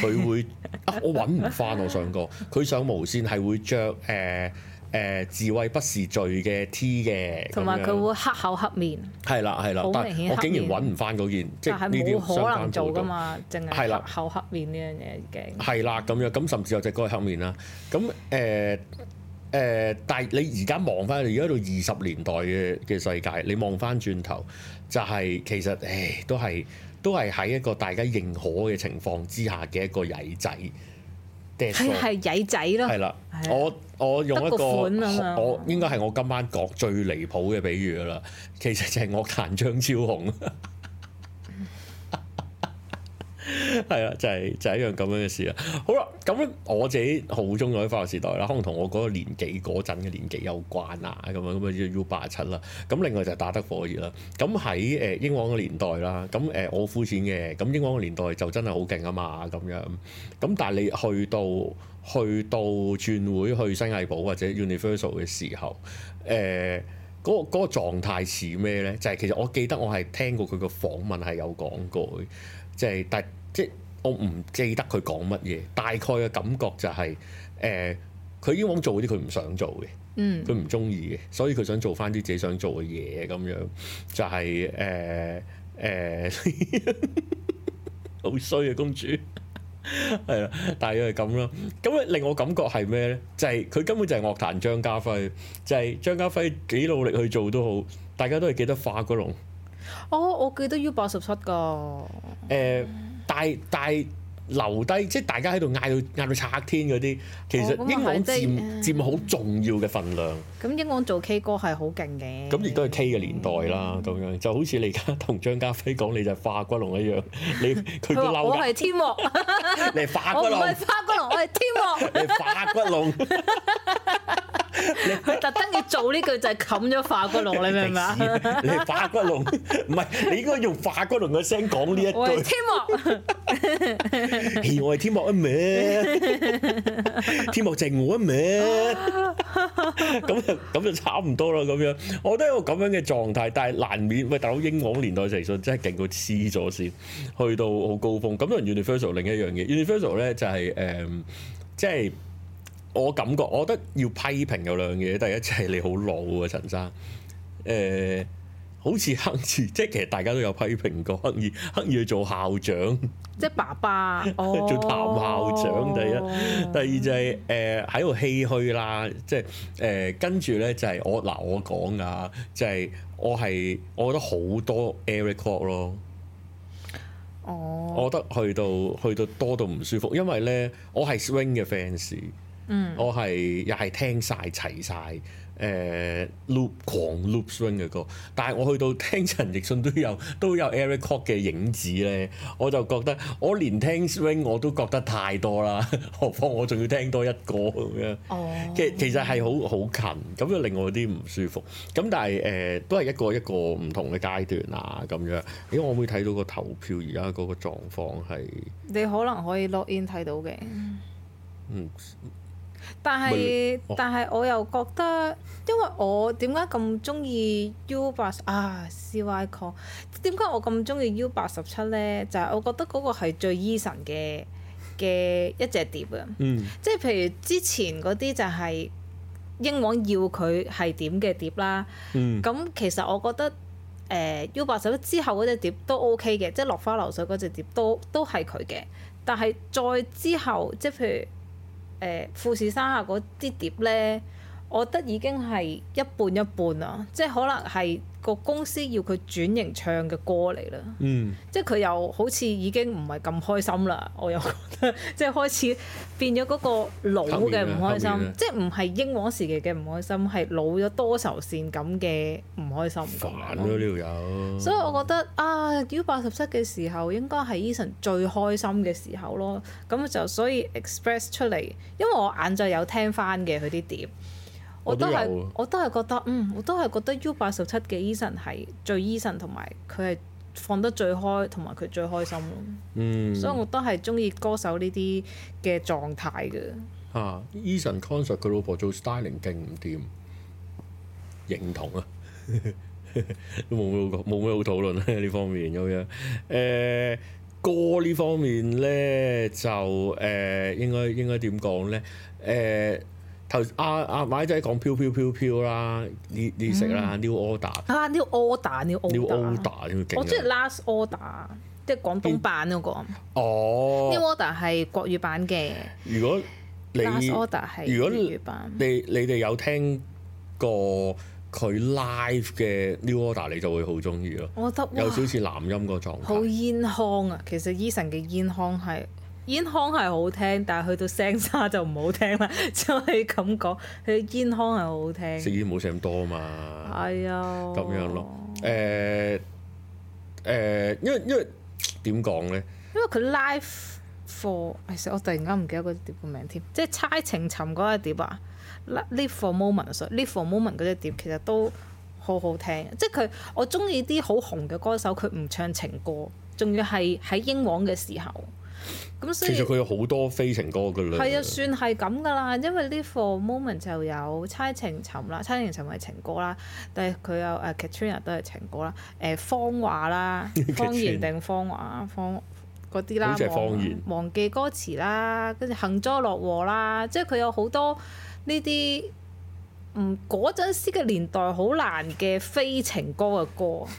S1: 佢 會啊我揾唔翻我上過，佢上無線係會着誒誒自慧不是罪嘅 T 嘅，咁
S2: 同埋佢
S1: 樣
S2: 會黑口黑面，
S1: 係啦係啦
S2: 好，
S1: 但
S2: 明顯
S1: 我竟
S2: 黑
S1: 然
S2: 面
S1: 揾唔翻嗰件，即
S2: 但
S1: 係
S2: 係
S1: 呢啲
S2: 冇可能
S1: 相關
S2: 做
S1: 報
S2: 噶
S1: 道
S2: 嘛，淨
S1: 係
S2: 係
S1: 啦
S2: 黑口黑面呢樣嘢已經。
S1: 係啦，咁樣咁甚至有隻歌喺後面啦。咁誒誒，但係你而家望翻，你而家到二十年代嘅嘅世界，你望翻轉頭，就係、其實誒都係都係喺一個大家認可嘅情況之下嘅一個曳仔。That's
S2: 係啊
S1: all
S2: 係曳仔
S1: 係
S2: 咯，
S1: 啦
S2: 係，啊
S1: 我我用一個
S2: 得個款啊嘛
S1: 我應該係我今晚講最離譜嘅比喻㗎啦，其實就係我彈張超雄， 係啊，就係、就係、一樣咁樣嘅事啦。好啦，咁咧我自己好中意喺法學時代啦，可能同我嗰個年紀嗰陣嘅年紀有關啊，咁樣咁啊 U 八七啦。咁另外就係打得火熱啦。咁喺誒英皇嘅年代啦，咁誒我膚淺嘅，咁英皇嘅年代就真係好勁啊嘛，咁樣。咁但係你去到去到轉會去新藝寶或者 Universal 嘅時候，誒、嗰、個嗰、個狀態似咩咧？就係、其實我記得我係聽過佢個訪問係有講過嘅，就係、但即我唔記得佢講乜嘢，大概嘅感覺就係、誒，佢、以往做嗰啲佢唔想做嘅。
S2: 嗯，
S1: 佢唔中意嘅，所以佢想做翻啲自己想做嘅嘢咁樣，就係誒誒， 好衰啊公主，係啦，大約係咁啦。咁啊令我感覺係咩咧？就係、佢根本就係樂壇張家輝，就係、張家輝幾努力去做都好，大家都係記得化嗰龍。
S2: 哦，我記得 U 八十七個，
S1: 誒、
S2: 嗯
S1: 但係但係留低，即係大家喺度嗌到嗌到拆天嗰啲，其
S2: 哦咁啊
S1: 實英皇
S2: 係嗯即係
S1: 佔佔好重要嘅份量。
S2: 咁英皇做 K 歌係好勁嘅。
S1: 咁亦都係 K 嘅年代啦，
S2: 嗯
S1: 咁樣就好似你而家同張家輝講你就係化骨龍一樣，你佢
S2: 佢
S1: 都
S2: 話
S1: 嬲
S2: 我
S1: 㗎，
S2: 係天 王，我
S1: 你係化骨
S2: 唔
S1: 龍，
S2: 係花骨龍，我係天
S1: 你係化骨龍，
S2: 王。佢特登要做呢句就係冚咗化骨龍，你明唔明 啊？
S1: 你係化骨龍，唔係你應該用化骨龍嘅聲講呢一
S2: 我係
S1: 句，
S2: 天 王，
S1: 嘿我係天幕一啊咩？天幕就係我一啊咩？咁就咁就差唔多啦，咁樣我都有個咁樣嘅狀態，但係難免喂大佬英皇年代成信真係勁到黐咗線，去到好高峰。咁同 Universal 另一樣嘢，Universal 咧就係、誒，即係我感覺，我覺得要批評有兩樣嘢，第一就係你好老啊，陳生，誒、好似刻意，即係其實大家都有批評過刻意刻意去做校長。
S2: 即係爸爸，哦，
S1: 做譚校長第一，第二就係誒喺度唏噓啦，即係誒跟住咧就係我嗱我講噶，就係、我係我覺得好多 Eric Kwok 咯，
S2: 哦，
S1: 我覺得去到去到多到唔舒服，因為咧我係 swing 嘅 fans，
S2: 嗯，
S1: 我係又係聽晒齊晒誒、loop 狂 loop swing 嘅歌，但係我去到聽陳奕迅都有 都有 Eric Kwok 嘅影子咧，我就覺得我連聽 swing 我都覺得太多啦，何況我仲要聽多一個咁樣。
S2: 哦，
S1: 其其實係好好近，咁就令我有啲唔舒服。咁但係誒、呃都係一個一個唔同嘅階段啊，咁樣。咦，我會睇到個投票而家嗰個狀況係
S2: 你可能可以 log in 睇到嘅。
S1: 嗯
S2: 但係
S1: 哦
S2: 但係我又覺得，因為我點解咁中意 U 八啊 CY Con？點解我咁中意 U 八十七咧？就係、我覺得嗰個係最 Eason 嘅嘅一隻碟啊！
S1: 嗯
S2: 即係譬如之前嗰啲就係英皇要佢係點嘅碟啦。
S1: 嗯
S2: 咁其實我覺得呃誒、U 八十一之後嗰只碟都 OK 嘅，即係落花流水嗰只碟都都係佢嘅。但係呃再之後，即係譬如誒、富士山下嗰啲碟咧，我覺得已經係一半一半啦，即係可能係個公司要佢轉型唱嘅歌嚟啦，
S1: 嗯，
S2: 即係佢又好似已經唔係咁開心啦，我又覺得即係開始變咗嗰個老嘅唔開
S1: 黑面
S2: 心
S1: 啊，
S2: 即係唔係英皇時期嘅唔開心，係老咗多愁善感嘅唔開心咁樣
S1: 煩咯
S2: 咯
S1: 呢度有，
S2: 所以我覺得啊，U 八十七嘅時候應該係 Eason 最開心嘅時候咯。咁就所以 express 出嚟，因為我晏晝有聽翻嘅佢啲碟，我
S1: 我都
S2: 都係
S1: 有啊
S2: 我都係覺得嗯，我都係覺得 U 八十七嘅 Eason 係最 Eason 同埋佢係放得最開，同埋佢最開心咯。
S1: 嗯
S2: 所以我都係中意歌手呢啲嘅狀態嘅。
S1: 啊，Eason concert 佢老婆做 styling 勁唔掂，認同啊， 都冇咩好講冇咩好討論咧 呢方面咁樣。誒、歌呢方面咧就誒、應該應該點講咧？誒頭阿阿買仔講飄飄飄飄啦，呢呢食啦，New Order。
S2: 啊，呢個 order，呢個
S1: New
S2: order，
S1: Order 添勁
S2: 我中意
S1: 啊！
S2: last order，即係廣東版嗰個。New
S1: 哦，
S2: Order 係國語版嘅
S1: 如果你
S2: ，Last Order 係
S1: 如果
S2: 粵語版。
S1: 你你哋有聽過佢 live 嘅 New Order，你就會好中意咯。
S2: 我覺得哇
S1: 有，少似男音個狀
S2: 好
S1: 態，
S2: 煙腔啊！其實 Eason 嘅煙腔係煙腔係好聽，但係去到聲沙就唔好聽啦， 就係咁講。佢煙腔係好好
S1: 食
S2: 聽，
S1: 煙冇食咁多啊嘛。
S2: 係啊，
S1: 咁樣咯。誒、誒、因為因為點講咧？
S2: 因為佢 live for，其實我突然間唔記得嗰碟個名添，即係猜情尋嗰一碟啊，live for moment 所以 live for moment 嗰隻碟其實都好好聽，即係佢我中意啲好紅嘅歌手，佢唔唱情歌，仲要係喺英皇嘅時候，咁所
S1: 其
S2: 以
S1: 實佢有好多非情歌噶啦。
S2: 係啊，算係咁噶啦，因為 live for moment 就有猜情尋啦，猜情尋係情歌啦，但係佢有誒 Katrina 都係情歌啦，誒、方華啦， 方言定方華方。嗰啲啦
S1: 好似係，方言
S2: 忘忘記歌詞啦，跟住幸災樂禍啦，即係佢有好多呢啲嗯嗰陣時嘅年代好難嘅非情歌嘅歌，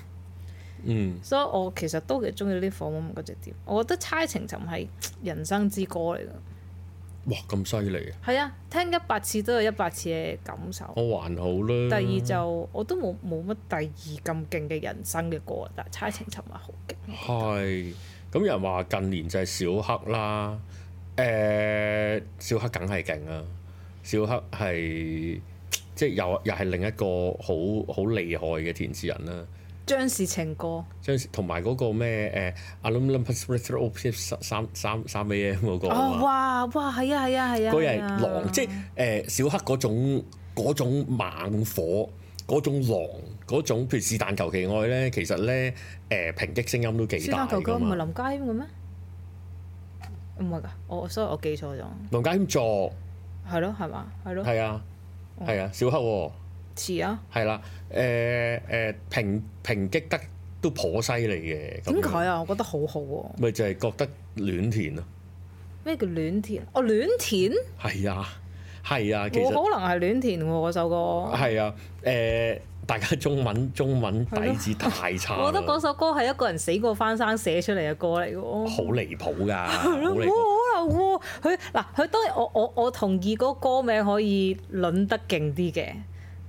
S1: 嗯，
S2: 所以我其實都幾中意呢火 m 嗰隻碟。我覺得《猜情尋》係人生之歌嚟㗎，
S1: 哇咁犀利啊！
S2: 係啊，聽一百次都有一百次嘅感受。
S1: 我還好啦。
S2: 第二就我都冇冇乜第二咁勁嘅人生嘅歌，但係《猜情尋》係好勁。
S1: 係，咁有人話近年就係小黑啦，誒、小黑梗係勁啊，小黑係即係又又係另一個好好厲害嘅填詞人啦。
S2: 張氏情歌
S1: 將同埋嗰個咩誒 aluminium p r e s s o p 三三三 AM 嗰個啊
S2: 哦，
S1: 嘛，
S2: 哇哇係啊係啊係啊，
S1: 嗰人
S2: 係啊
S1: 係狼，即係誒、小黑嗰種嗰種猛火。嗰種狼，嗰種譬如是但求其愛咧，其實咧誒、抨擊聲音都幾
S2: 《小打
S1: 大
S2: 球歌
S1: 㗎》
S2: 唔係
S1: 嘛。
S2: 林家謙嘅咩？唔係㗎，我所以我記錯咗，
S1: 林家謙作
S2: 係咯係嘛係咯，嗯
S1: 係啊，係啊，小黑喎，
S2: 似啊，
S1: 係啦，誒誒抨抨擊得都頗犀利嘅。咁樣
S2: 點解？啊？我覺得好好喎，
S1: 咪就係覺得啊亂填咯。
S2: 咩叫戀田？哦戀田，
S1: 係啊，係啊，其
S2: 冇
S1: 實
S2: 可能係戀田喎嗰首歌，
S1: 係啊，誒、大家中文中文
S2: 係咯
S1: 底子太差啦，
S2: 我覺得嗰首歌係一個人死過翻生寫出嚟嘅歌嚟嘅喎。
S1: 好離譜㗎，
S2: 係咯
S1: 好離譜。
S2: 冇可能喎！佢嗱，佢當然我我我同意嗰個歌名可以論得勁啲嘅，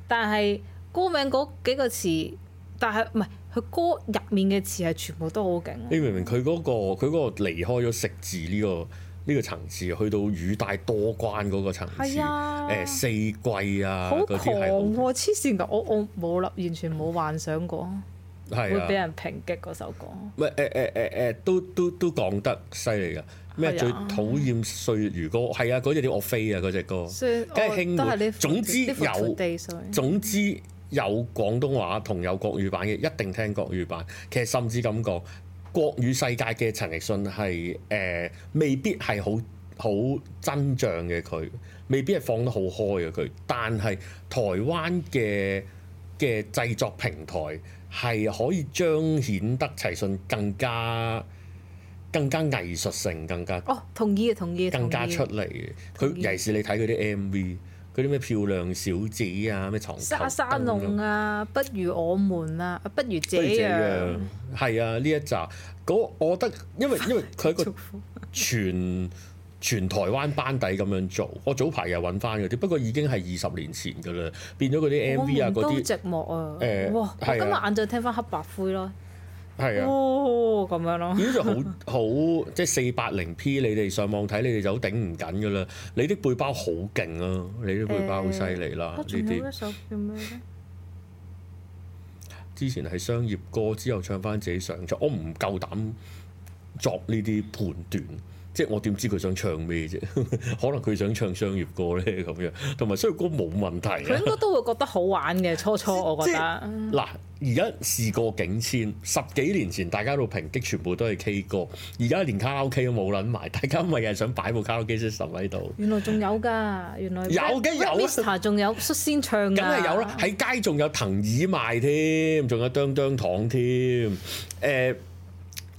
S2: 但係歌名嗰幾個詞，但係唔係佢歌入面嘅詞係全部都好勁咯。
S1: 你明唔明佢嗰、個佢嗰個離開咗食字呢、個呢、個層次，去到語帶多關嗰個層次，
S2: 係
S1: 誒、
S2: 啊
S1: 四季啊
S2: 好狂
S1: 嗰啲係好
S2: 喎！黐線㗎，我我冇諗，完全冇幻想過
S1: 係
S2: 會
S1: 啊
S2: 俾。人抨擊嗰首歌。
S1: 唔係誒誒誒誒，都都都講得犀利噶。咩
S2: 係啊
S1: 最討厭歲月如歌？係啊，嗰隻叫我飛啊，嗰隻歌。
S2: 所以
S1: 梗係
S2: 我
S1: 興
S2: 都係
S1: 喎
S2: 呢款
S1: 總之
S2: 呢款
S1: 有
S2: today sorry
S1: 總之有廣東話同有國語版嘅，一定聽國語版。其實甚至咁講，國語世界嘅陳奕迅係誒、呃未必係好好真像嘅佢，未必係放得好開嘅佢。但係台灣嘅嘅製作平台係可以彰顯得陳奕迅更加更加藝術性，更加
S2: 哦，同意同意，
S1: 更加
S2: 同意
S1: 出嚟嘅。佢
S2: 同意
S1: 尤其是你睇佢啲 MV，嗰啲咩漂亮小姐啊，咩床頭
S2: 沙沙
S1: 燈咁
S2: 龍啊，不如我們啊，不如這
S1: 不如這
S2: 樣
S1: 樣。 係啊，呢一集嗰我覺得，因為因為佢係一個
S2: 祝福
S1: 全全台灣班底咁樣做。我早排又揾翻嗰啲，不過已經係二十年前㗎啦，變咗嗰啲 MV
S2: 我
S1: 啊嗰
S2: 都好
S1: 啲，
S2: 寂寞啊！
S1: 誒
S2: 哇！我
S1: 係啊
S2: 今日晏晝聽翻黑白灰咯，
S1: 係啊。
S2: 哦咁樣咯，
S1: 變咗就好 好即係四八零 P，你哋上網睇你哋就好頂唔緊㗎啦。你啲背包好勁啊，你啲背包好犀利啦。
S2: 啊
S1: 呢
S2: 仲有
S1: 啲
S2: 一首叫咩 咧？
S1: 之前係商業歌，之後唱翻自己想作，我唔夠膽作呢啲判斷。即係我點知佢想唱咩啫？ 可能佢想唱商業歌咧咁樣，同埋商業歌冇問題
S2: 佢
S1: 啊
S2: 應。該都會覺得好玩嘅，初初我覺得。
S1: 即嗱，而家事過境遷，十幾年前大家都抨擊全部都係 K 歌，而家連卡拉 OK 都冇撚埋，大家咪又係想擺部卡拉 OK system 喺度。
S2: 原來仲有㗎，原來
S1: 有嘅有啊
S2: Mr 仲有率先唱㗎，
S1: 啊梗係有啦，喺街仲有藤椅賣添，仲有當當糖添。誒、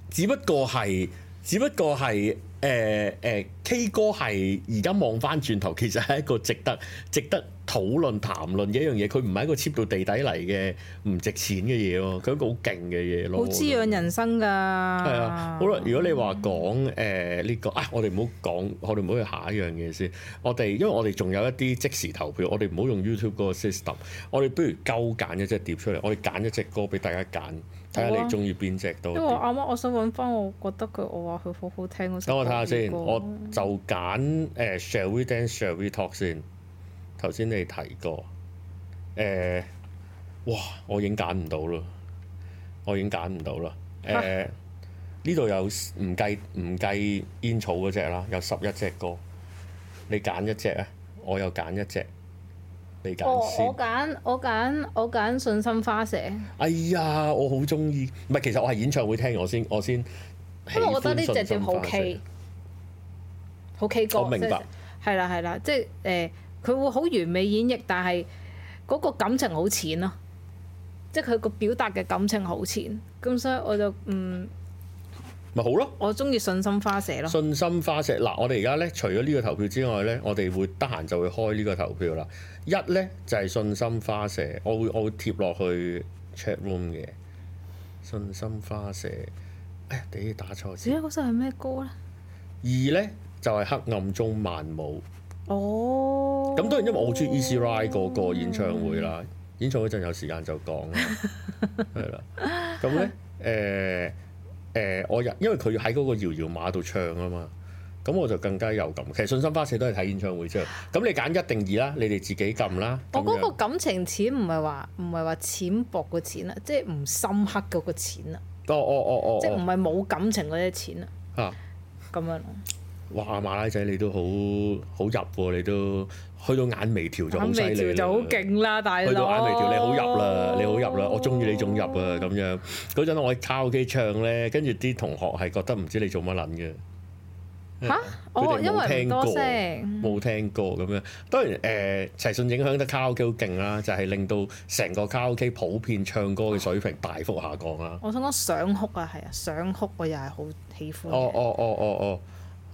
S1: 只不過係，只不過係誒誒 K 歌係而家望翻轉頭，其實係一個值得 值得討論談論嘅一樣嘢。佢唔係一個 cheap 到地底嚟嘅唔值錢嘅嘢咯，佢一個好勁嘅嘢
S2: 好
S1: 咯。
S2: 滋養人生㗎。係
S1: 係啊，好啦，如果你話講誒呢個啊，我哋唔好講，我哋唔好去下一樣嘢先。我哋因為我哋仲有一啲即時投票，我哋唔好用 YouTube 嗰個 system，我哋不如鳩揀一隻碟出嚟，我哋揀一隻歌俾大家揀，睇
S2: 好
S1: 下
S2: 啊
S1: 你中意邊隻多
S2: 因為我
S1: 啲。
S2: 啱啱我想揾翻，我覺得佢我話佢好好聽嗰首。
S1: 等我睇下先，我
S2: 唔
S1: 就揀誒、Shall We Dance Shall We Talk 先。頭先你提過誒、哇！我已經揀唔到啦，我已經揀唔到 啦。誒、呢度有唔計唔計煙草嗰只啦，有十一隻歌，你揀一隻啊，我又揀一隻，你
S2: 我
S1: 揀先
S2: 哦我。揀我揀我揀信心花蛇，因
S1: 哎呀，我好中意，唔係其實我係演唱會聽我先，我先喜
S2: 為
S1: 歡
S2: 我覺得呢隻
S1: 信
S2: 碟
S1: 心
S2: 好
S1: 花舍
S2: K，好 K 歌。
S1: 我明白
S2: 即係係啦係啦，即係誒，佢會好完美演繹，但係嗰個感情好淺咯，即係佢個表達嘅感情好淺，咁所以我就嗯，
S1: 咪好咯。
S2: 我中意信心花蛇咯。
S1: 信心花石嗱，我哋而家咧除咗呢個投票之外咧，我哋會得閒就會開呢個投票啦。一咧就係、信心花石，我會我會貼落去 chat room 嘅信心花石。哎呀，你打錯
S2: 至
S1: 字。
S2: 於嗰首係咩歌咧？
S1: 二咧就係、黑暗中漫舞。
S2: 哦，
S1: 咁當然因為我好中意 Easy Ride 嗰個演唱會啦，演唱會陣有時間就 講啦，係啦。咁咧，誒、誒、我入因為佢喺嗰個搖搖馬度唱啊嘛，咁我就更加有感。其實信心花舍都係睇演唱會之後，咁你揀一定二啦，你哋自己撳啦。
S2: 我
S1: 咁
S2: 嗰個
S1: 樣
S2: 感情淺唔係話唔係話淺薄個淺啊，即係唔深刻嗰個淺啊，
S1: 哦哦哦
S2: 即係唔
S1: 哦
S2: 係冇感情嗰啲淺啊，
S1: 哦，嚇！
S2: 咁樣咯。
S1: 哇，馬拉仔你都好好入喎，你都去到眼眉條就好
S2: 眼
S1: 犀
S2: 眉條
S1: 利啦
S2: 就好勁啦，大佬。
S1: 去到眼眉條，你好入啦，你好入啦，我中意呢種入啊咁樣。嗰陣我喺卡拉 OK 唱咧，跟住啲同學係覺得唔知你做乜撚嘅，
S2: 嚇！
S1: 佢
S2: 哦，
S1: 哋
S2: 因
S1: 冇
S2: 為
S1: 聽
S2: 唔
S1: 過
S2: 多聲，
S1: 冇聽過咁樣。當然誒、齊信影響得卡拉 OK 好勁啦，就係、令到成個卡拉 OK 普遍唱歌嘅水平大幅下降啦。
S2: 我想講想哭啊，係啊，想哭我又係好喜歡嘅。
S1: 哦哦哦哦哦，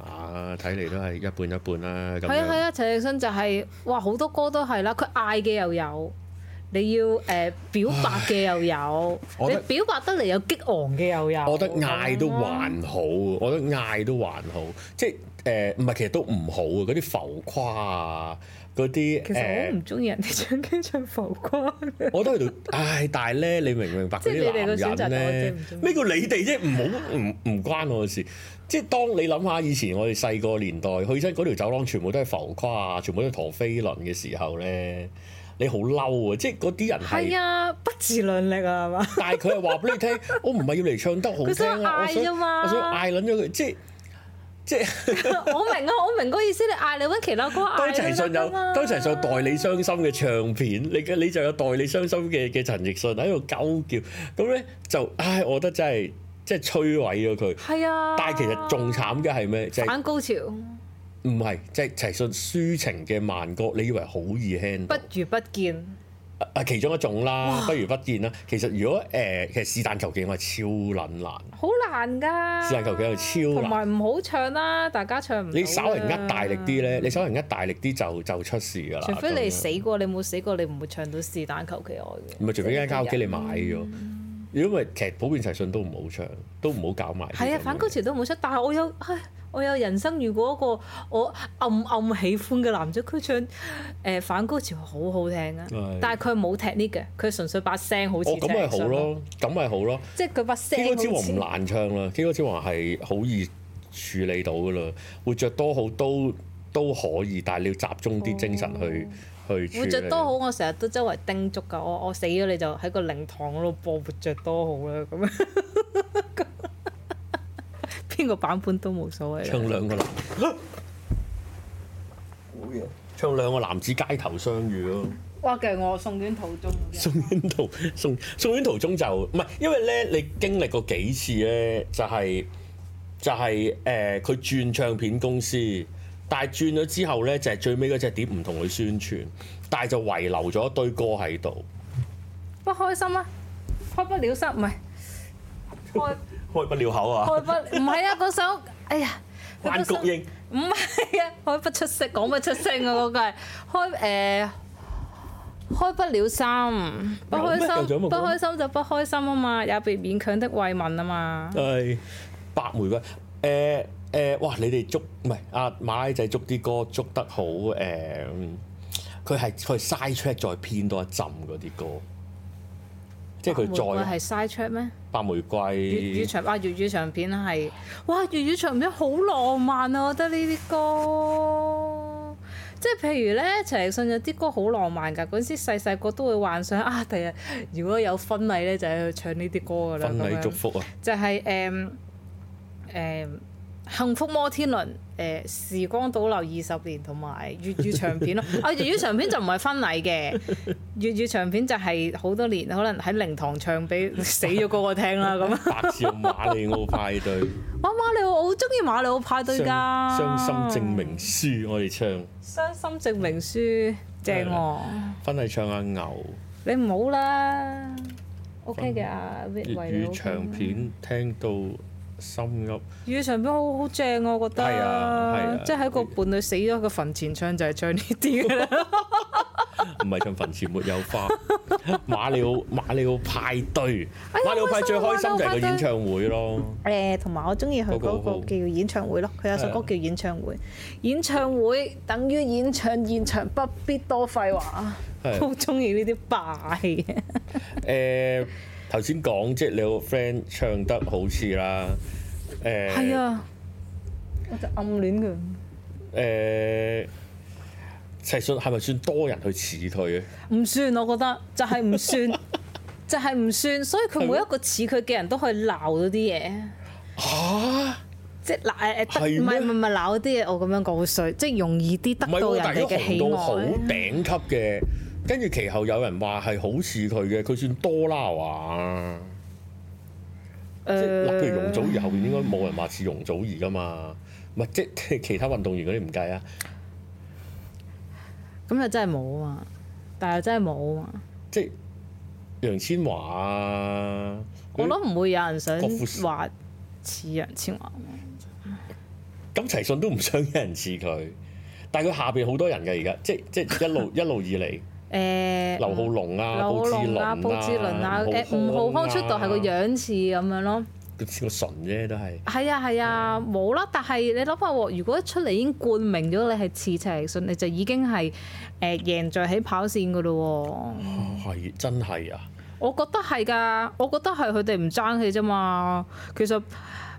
S1: 啊，睇嚟都係一半一半啦咁
S2: 係啊係
S1: 樣。
S2: 啊，陳奕迅就係、哇好多歌都係啦，佢嗌嘅又有，你要誒、呃表白嘅又有，
S1: 我
S2: 你
S1: 覺得
S2: 表白得嚟有激昂嘅又有。哦
S1: 我覺得嗌都還好，我覺得嗌都還好，即係誒唔係其實都唔好啊，嗰啲浮誇啊，嗰啲
S2: 其實我
S1: 誒啊
S2: 唔中意人哋唱經唱浮誇嘅，
S1: 我都喺度，唉！但係咧，你明唔明白嗰
S2: 即係你哋個
S1: 啲
S2: 選擇但我
S1: 男人
S2: 真係唔
S1: 咧？
S2: 中意
S1: 咩叫你哋啫？唔好唔唔關我事。即係當你諗下以前我哋細個年代去親嗰條走廊，全部都係浮誇啊，全部都係陀飛輪嘅時候咧，你好嬲啊！即係嗰啲人
S2: 係
S1: 係，
S2: 啊，不自量力啊，係 嘛？
S1: 但係佢係話俾你 聽，我唔係要嚟唱得好
S2: 佢想
S1: 聽啊，我
S2: 嗌啫
S1: 想
S2: 嘛
S1: 我想嗌撚咗佢，即係即係。
S2: 我明啊，我明嗰意思，你嗌你揾其他歌
S1: 當
S2: 嗌
S1: 陳奕迅有當
S2: 都
S1: 陳奕迅有代理傷心嘅唱片，你嘅你就有代理傷心嘅嘅陳奕迅喺度鳩叫，咁咧就唉，我覺得真係即係摧毀咗佢。
S2: 係啊，
S1: 但係其實仲慘嘅係咩？就係
S2: 反高潮，
S1: 唔係即係陳奕迅抒情嘅慢歌，你以為好易輕？
S2: 不如不見。
S1: 啊，其中一種啦，不如不見啦。其實如果誒、其實是但求其我係超撚難，
S2: 好難㗎，
S1: 是但求其又超
S2: 同
S1: 難。
S2: 埋啊唔好唱啦，大家唱唔到
S1: 你稍為
S2: 㗎
S1: 呃大力啲，咧，你稍為呃大力啲就就出事㗎啦。
S2: 除非
S1: 咁
S2: 你
S1: 樣
S2: 死過，你冇死過，你唔會唱到是但求其愛嘅。
S1: 唔啊係，除非間卡拉 OK 你買咗。如果唔係，其實普遍齊信都唔好唱，都唔好搞埋。
S2: 啊係啊，反高潮都冇出，但係我有，唉我有人生遇過一個我暗暗喜歡嘅男仔，佢唱誒、呃反高潮好好聽啊
S1: 係，
S2: 但係佢冇踢呢嘅，佢純粹把聲好似
S1: 哦，咁咪好咯，咁咪好咯。
S2: 踢上去，即係佢把
S1: K 歌
S2: 聲
S1: 之
S2: 好
S1: 王
S2: 似
S1: 唔難唱啦，K 歌之王係好易處理到噶啦，活着多好都都可以，但係你要集中啲精神去、去處
S2: 活
S1: 理。
S2: 哦着多好，我成日都周圍叮囑㗎，我我死咗你就喺個靈堂嗰度播活着多好啦，咁樣 邊個版本都冇所謂啦。
S1: 唱兩個男，唱兩個男子街頭相遇咯。
S2: 哇！其實我送院途中嘅
S1: 送院途送送院途中就唔係，因為咧你經歷過幾次咧，就係、就係誒佢轉唱片公司，但係轉咗之後咧，就係、最尾嗰隻碟唔同佢宣傳，但係就遺留咗一堆歌喺度。
S2: 不開心啊，開不了心，唔 係開
S1: 開不了口啊！
S2: 開不唔係啊！嗰首哎呀，佢
S1: 關
S2: 嗰首
S1: 菊英
S2: 唔係啊，開不出聲，講不出聲啊！嗰句係開誒、呃開不了心，不
S1: 有咩
S2: 開
S1: 有咗
S2: 心，
S1: 咁嘅
S2: 不
S1: 歌
S2: 開心就不開心啊嘛，也被勉強的慰問啊嘛。
S1: 係白玫瑰誒誒、哇！你哋捉唔係阿馬拉仔捉啲歌捉得好誒，嗯佢係佢係 side track 再編多一浸嗰啲歌，即係佢再
S2: 啊係 side track 咩？
S1: 白玫
S2: 粵語
S1: 瑰。
S2: 長啊，粵語長片係哇，粵語長片好浪漫啊！我覺得呢啲歌，即係譬如咧，陳奕迅有啲歌好浪漫㗎。嗰陣時細細個都會幻想啊，第日如果有婚禮咧，就係去唱呢啲歌㗎啦。
S1: 婚
S2: 咁
S1: 禮
S2: 樣
S1: 祝福啊！
S2: 就係誒誒幸福摩天輪誒、時光倒流二十年同埋粵 語長片咯。啊粵語長片就唔係婚禮嘅， 粵語長片就係好多年可能喺靈堂唱 俾死咗嗰個聽啦咁。
S1: 白兆馬里奧派對，
S2: 哇馬里奧，我好中意馬里奧派 對㗎。
S1: 傷傷心證明書，我哋唱
S2: 傷心證明書正喎、
S1: 婚禮唱下牛，
S2: 你唔好啦。OK 嘅啊，維
S1: 粵
S2: 維
S1: 語長片聽到心噏。
S2: 粵語長片好好正啊，我覺得。
S1: 係啊係啊
S2: 即係喺個伴侶死咗個墳前唱就係唱呢啲 㗎啦。
S1: 唔係唱墳前沒有花， 馬里奧馬里奧派對，
S2: 哎呀
S1: 馬里奧派最開心就係個
S2: 開心啊
S1: 演唱會咯，
S2: 誒，同埋我中意佢
S1: 嗰
S2: 嗰
S1: 個
S2: 個
S1: 好
S2: 叫演唱會咯，佢有首歌叫演唱會。演唱會等於演唱，現場不必多廢話。
S1: 係
S2: 好中意呢啲霸氣嘅。
S1: 誒頭先講即係你個 friend 唱得好似啦，誒
S2: 係啊，我就暗戀佢。
S1: 誒，其實係咪算多人去似佢啊？
S2: 唔算，我覺得就係唔 算，就係唔算。所以佢每一個似佢嘅人都可以鬧到啲嘢。
S1: 嚇，
S2: 即係鬧誒誒
S1: 係咩
S2: 得，唔係唔係唔係鬧嗰啲嘢，我咁樣講好衰，即係容易啲
S1: 唔
S2: 得
S1: 係
S2: 到
S1: 喎，
S2: 人
S1: 但係如
S2: 哋
S1: 果
S2: 嘅喜
S1: 紅到好
S2: 愛。
S1: 頂級嘅，跟住其後有人話係好似佢嘅，佢算多啦係嘛？即係嗱，譬如容祖兒後邊應該冇人話似容祖兒噶嘛，唔係即係 其他運動員嗰啲唔計啊，
S2: 咁又真係冇啊嘛，但係又真係冇啊嘛。
S1: 即係楊千嬅啊，
S2: 我諗唔會有人想
S1: 郭富城
S2: 話似楊千嬅啊嘛。
S1: 咁齊信都唔想有人似佢，但係佢下邊好多人嘅而家，即係即係 一路一路以嚟，
S2: 誒
S1: 劉浩龍啊、
S2: 劉浩龍啊、
S1: 布
S2: 布
S1: 志
S2: 志
S1: 綸
S2: 綸
S1: 啊
S2: 啊、、誒吳浩康出道係個，樣似咁樣咯。
S1: 佢似個唇啫都係，
S2: 係啊係啊，
S1: 嗯
S2: 冇啦。但係你諗下喎，如果一出嚟已經冠名咗你係似陳奕迅，你就已經係誒贏在起跑線噶咯喎。
S1: 啊係真係啊，
S2: 我覺得係㗎，我覺得係佢哋唔爭氣啫嘛。其實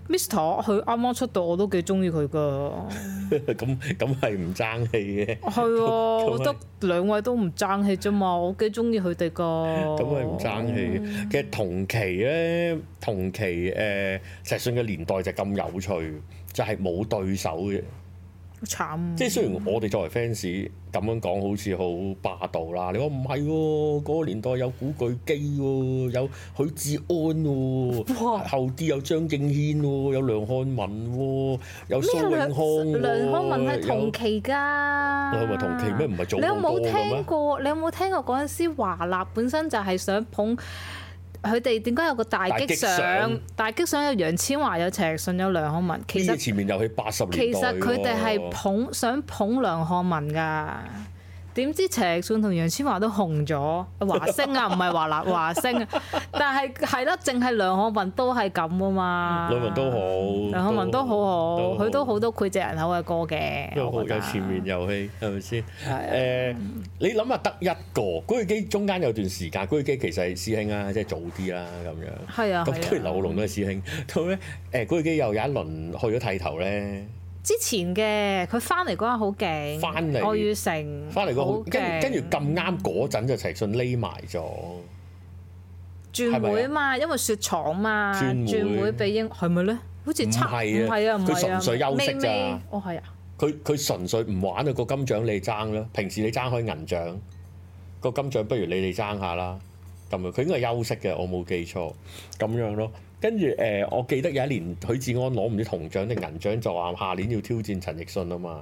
S2: Mr 佢啱啱出道，我都幾中意佢㗎。
S1: 咁咁係唔爭氣嘅，
S2: 係啊，我覺
S1: 咁咪
S2: 得兩位都唔爭氣啫嘛，我幾中意佢哋㗎。
S1: 咁係唔爭氣嘅。其實同期咧，同期誒、呃、石信嘅年代就咁有趣，就係、冇對手嘅。
S2: 好慘。
S1: 即係雖然我哋作為 fans 咁樣講，好似好霸道啦。你話唔係喎，嗰、個年代有古巨基喎，有許志安喎，
S2: 哇
S1: 後啲有張敬軒喎，有梁漢文喎，有蘇
S2: 咩
S1: 永
S2: 梁
S1: 康喎
S2: 梁康文係
S1: 有
S2: 同期㗎，
S1: 係咪同期咩唔係早
S2: 你有
S1: 好多
S2: 冇
S1: 嘅咩
S2: 聽過？你有冇聽過嗰陣時華納本身就係想捧佢哋點解有個大
S1: 大
S2: 擊
S1: 擊
S2: 相
S1: 相？
S2: 大擊相有楊千嬅、有陳奕迅、有梁漢文，其
S1: 呢個
S2: 實
S1: 前面又係八十年代
S2: 其
S1: 喎
S2: 實佢哋係捧想捧梁漢文㗎。點知陳奕迅同楊千嬅都紅咗，華星啊，唔係華 納華星啊，但係係啦，淨係梁漢文都係咁啊嘛，
S1: 梁文都好，
S2: 梁嗯漢文都好好，佢都好
S1: 多，
S2: 多膾炙人口嘅歌嘅，
S1: 因為好
S2: 我覺
S1: 有
S2: 得
S1: 前面遊戲係咪先？
S2: 啊
S1: 誒，你諗下得一個，古巨基中間有段時間，古巨基其實係師兄啊啦，即係早啲啦咁樣。
S2: 係啊，
S1: 咁
S2: 係
S1: 跟住
S2: 啊
S1: 劉龍都係師兄， 咁咧誒古巨基又有一輪去咗剃頭咧，
S2: 之前嘅佢翻嚟嗰下好勁，
S1: 返嚟
S2: 愛與城
S1: 翻嚟個好，
S2: 好勁
S1: 跟跟住咁啱嗰陣就陳奕迅匿埋咗，
S2: 轉會啊嘛，因為雪廠嘛，
S1: 轉會
S2: 轉會俾英係咪咧？好似差
S1: 唔係啊
S2: 係啊，唔
S1: 佢
S2: 係啊，
S1: 純粹休息
S2: 微微
S1: 咋
S2: 哦係啊，
S1: 佢佢純粹唔玩啊個金獎你爭啦，平時你爭開銀獎，個金獎不如你哋爭下啦，咁樣佢應該係休息嘅，我冇記錯咁樣咯。跟住誒、我記得有一年許志安攞唔知銅獎定銀獎，就話下年要挑戰陳奕迅啊嘛。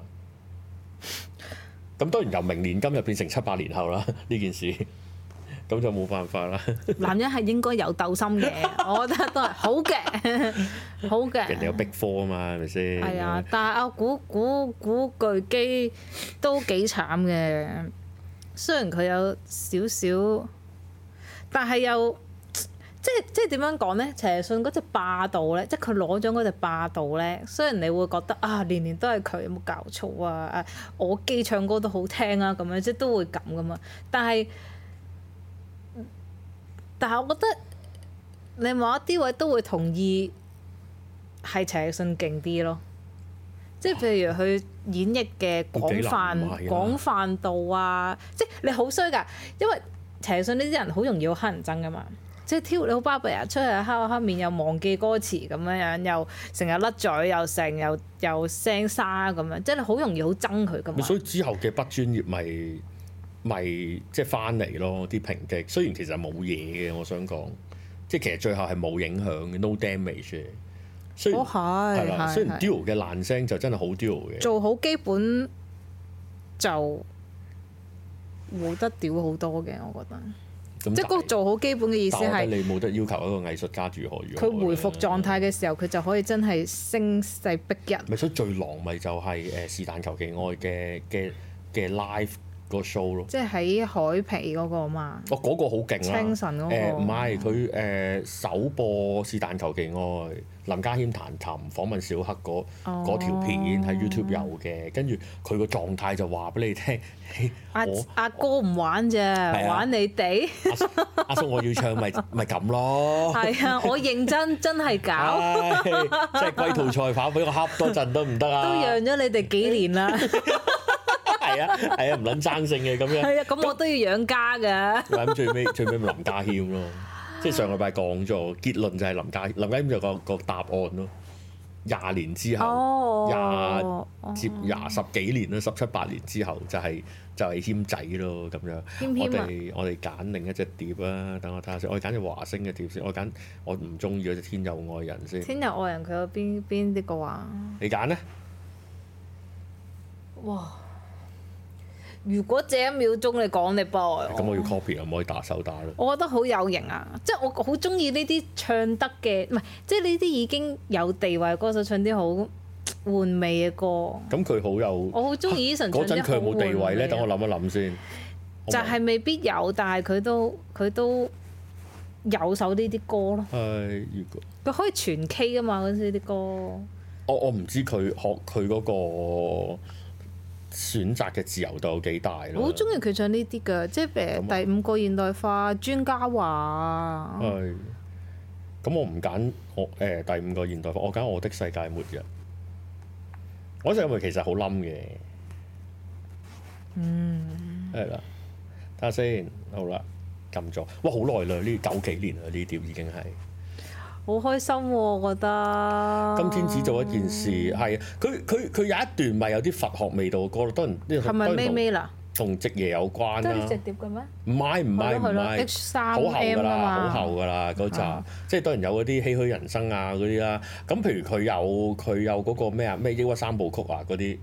S1: 咁當然由明年今日變成七八年後啦，呢件事咁就冇辦法啦。
S2: 男人係應該有鬥心嘅，我覺得都係好 嘅，好
S1: 人哋
S2: 嘅。
S1: 有逼科啊嘛，係咪先？
S2: 係啊， 但係我估估估巨基都幾慘嘅，雖然佢有少少，但係又即係即係點樣講呢？陳奕迅嗰隻霸道呢，即係佢攞獎嗰隻霸道呢。雖然你會覺得啊，年年都係佢，有冇搞錯啊？啊我基唱歌都好聽啊，咁樣即係都會咁噶嘛。但係但係我覺得你某一啲位都會同意係陳奕迅勁啲咯，即係譬如佢演繹嘅廣泛
S1: 都幾難唔係啊
S2: 廣泛度啊，即係你好衰㗎，因為陳奕迅呢啲人好容易好乞人憎㗎嘛。即係挑你好巴閉啊！出去黑黑面又忘記歌詞咁樣樣，又成日甩嘴又成又又聲沙咁樣，即係你好容易好憎佢㗎嘛
S1: 咪。所以之後嘅不專業咪咪即係翻嚟咯啲抨擊，雖然其實冇嘢嘅，我想講，即係其實最後係冇影響嘅，no damage 嘅。雖然
S2: 哦係
S1: 係啦，
S2: 係
S1: 雖
S2: 係
S1: 然 duo 嘅爛聲就真係好 duo 嘅，
S2: 做好基本就冇得屌好多嘅，我覺得。
S1: 咁
S2: 即係
S1: 但
S2: 嗰個做好基本嘅意思
S1: 但我覺
S2: 係
S1: 得你冇得要求一個藝術家如何如何。
S2: 佢回復狀。態嘅時候，佢就可以真係聲勢逼人。
S1: 咪所以最狼咪就係誒是但求其愛嘅嘅嘅 live 個 show 咯。
S2: 即係喺海皮嗰個嘛，
S1: 哦，嗰、個好勁啦！
S2: 清晨嗰個
S1: 誒唔係佢誒首播是但求其愛，林家謙彈琴訪問小黑嗰
S2: 哦
S1: 嗰條片喺 YouTube 有嘅，跟住佢個狀態就話俾 你聽，嘿
S2: 阿
S1: 我
S2: 阿哥唔玩啫，
S1: 啊
S2: 玩你哋
S1: 阿叔阿叔我要唱 咪咪咁咯。
S2: 係 啊！我認真真係搞，
S1: 唉即係龜兔賽跑，俾我恰多陣都唔得啊！
S2: 都讓咗你哋幾年 啦。
S1: 係啊係啊，唔撚爭性嘅咁樣。
S2: 係啊，咁我都要養家㗎。
S1: 咪咁最尾最尾咪林家謙咯，即係上個禮拜講咗結論就係林家林家謙就個個答案咯。廿年之後，廿、
S2: 哦，哦
S1: 接廿十幾年啦，十七八年之後就係、就係、謙仔咯咁樣。
S2: 謙
S1: 我
S2: 謙啊
S1: 哋我哋揀另一隻碟啊，等我睇下先。我哋揀隻華星嘅碟先，我揀我唔中意嗰隻《天佑愛人》先。
S2: 天佑愛人佢有邊邊啲個啊？
S1: 你揀咧？
S2: 哇！如果這一秒鐘你講你幫我，
S1: 咁我要 copy 啊，唔可以打手打啦。
S2: 我覺得好有型啊！即係我好中意呢啲唱得嘅，唔係即係呢啲已經有地位嘅歌手唱啲好玩味嘅歌。
S1: 咁佢好有
S2: 我好中意 Eason 唱
S1: 嗰
S2: 啲
S1: 陣佢有冇地位咧？等我
S2: 諗，
S1: 諗一諗先。
S2: 啊就係未必有，但係佢都佢都有首呢啲歌咯。
S1: 係如果。
S2: 佢可以全 K 噶嘛嗰陣時啲歌。
S1: 我我唔知佢學佢嗰個選擇嘅自由度有幾大咯。
S2: 我好中意佢唱呢啲㗎，即係
S1: 咁啊啊
S2: 誒第五個現代化專家話。
S1: 係。咁我唔揀我誒、第五個現代化，我揀我的世界末日。我就因為其實好冧嘅。嗯。係啦，睇下先，好啦，撳咗。哇，好耐啦，呢九幾年啦，呢碟已經係。
S2: 好開心喎、我覺得。
S1: 今天只做一件事，係啊佢佢佢有一段咪有啲佛學味道嘅歌咯，當然呢個
S2: 係咪
S1: 當然
S2: 咩
S1: 同
S2: 咩啦？
S1: 同職業有關
S2: 都係
S1: 啦
S2: 呢。隻碟嘅咩？
S1: 唔係唔係
S2: 係咯係
S1: 唔
S2: 咯
S1: 係，
S2: H 三
S1: 好厚㗎
S2: M 啊
S1: 啦，
S2: 嘛
S1: 好厚㗎啦嗰扎
S2: 啊，
S1: 即係當然有嗰啲唏噓人生啊嗰啲啦。咁譬如佢有佢有嗰個咩啊咩抑鬱三部曲啊嗰啲，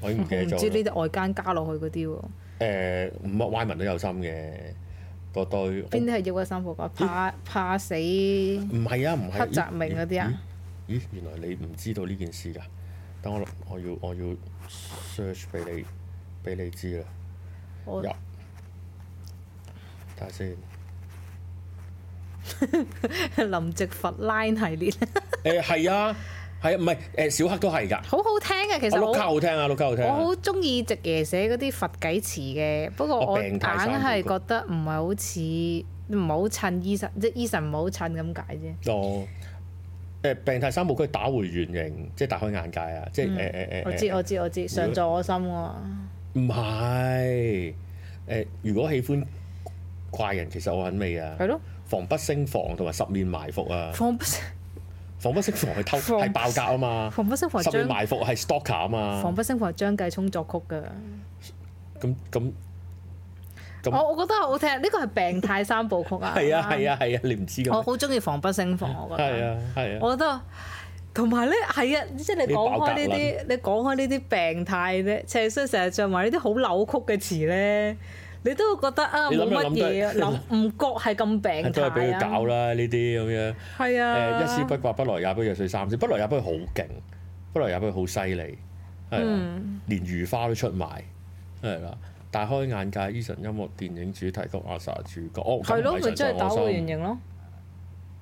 S1: 我已經唔記
S2: 我
S1: 得
S2: 唔知呢
S1: 咗啦。
S2: 啲外間加落去嗰啲喎，
S1: 誒，唔係歪文都有心嘅嗰堆。
S2: 邊啲係抑鬱三部曲啊？怕怕死黑
S1: 唔係啊，唔係咦
S2: 澤明嗰啲啊？
S1: 咦？咦，原來你唔知道呢件事㗎？等我我要我要 search 俾你俾你知啦。
S2: 我
S1: 有睇下先。
S2: 林夕佛 line 系列
S1: 誒係啊，係啊，唔係誒小黑都係㗎。
S2: 好好聽嘅，其實
S1: 我碌卡
S2: 我
S1: 好聽啊，碌卡好聽
S2: 我
S1: 啊。
S2: 好中意夕爺寫嗰啲佛偈詞嘅，不過
S1: 我
S2: 我
S1: 病
S2: 硬
S1: 態散
S2: 係
S1: 步
S2: 覺得唔係好似唔好襯 Eason，即係 Eason 唔好襯咁解啫。
S1: 哦，誒呃病態三部曲打回原形，即係大開眼界啊！即係誒誒誒，
S2: 嗯我知我知我知，上在我心喎、
S1: 呃唔係誒，如果喜歡怪人，其實我肯味啊。
S2: 係咯，
S1: 防不勝防同埋十面埋伏啊！
S2: 防不
S1: 防不勝防係偷
S2: 防不
S1: 係爆格啊嘛，
S2: 防不勝防
S1: 十面
S2: 張
S1: 埋伏係 stalker 啊嘛
S2: 防。不勝防係張繼聰作曲㗎。
S1: 咁咁咁
S2: 我我覺得好聽，呢個係病態三部曲啊。
S1: 係啊係啊係啊，你唔知㗎
S2: 我
S1: 咩？
S2: 好中意防不勝防，我覺
S1: 係
S2: 得。
S1: 啊係啊。
S2: 我覺得同埋咧係啊，即係你講開呢啲，你講開呢啲病態咧，即係所以成日唱埋呢啲好扭曲嘅詞咧，你都會覺得啊
S1: 你
S2: 冇
S1: 諗一
S2: 乜
S1: 諗都係
S2: 嘢，諗唔覺係咁病
S1: 都係俾
S2: 態
S1: 佢
S2: 啊
S1: 搞。啦，呢啲咁樣。
S2: 係
S1: 誒、
S2: 啊，
S1: 呃一絲不掛，不來也不若水三絲。不來也不好勁，不來也不好犀利，係啦，
S2: 嗯
S1: 連如花都出埋，係啦。大開眼界，Eason 音樂電影主題曲阿 sa 主角，哦，
S2: 係咯，
S1: 咁唔
S2: 咪
S1: 神
S2: 真係
S1: 在
S2: 打
S1: 我
S2: 回
S1: 心
S2: 原形咯。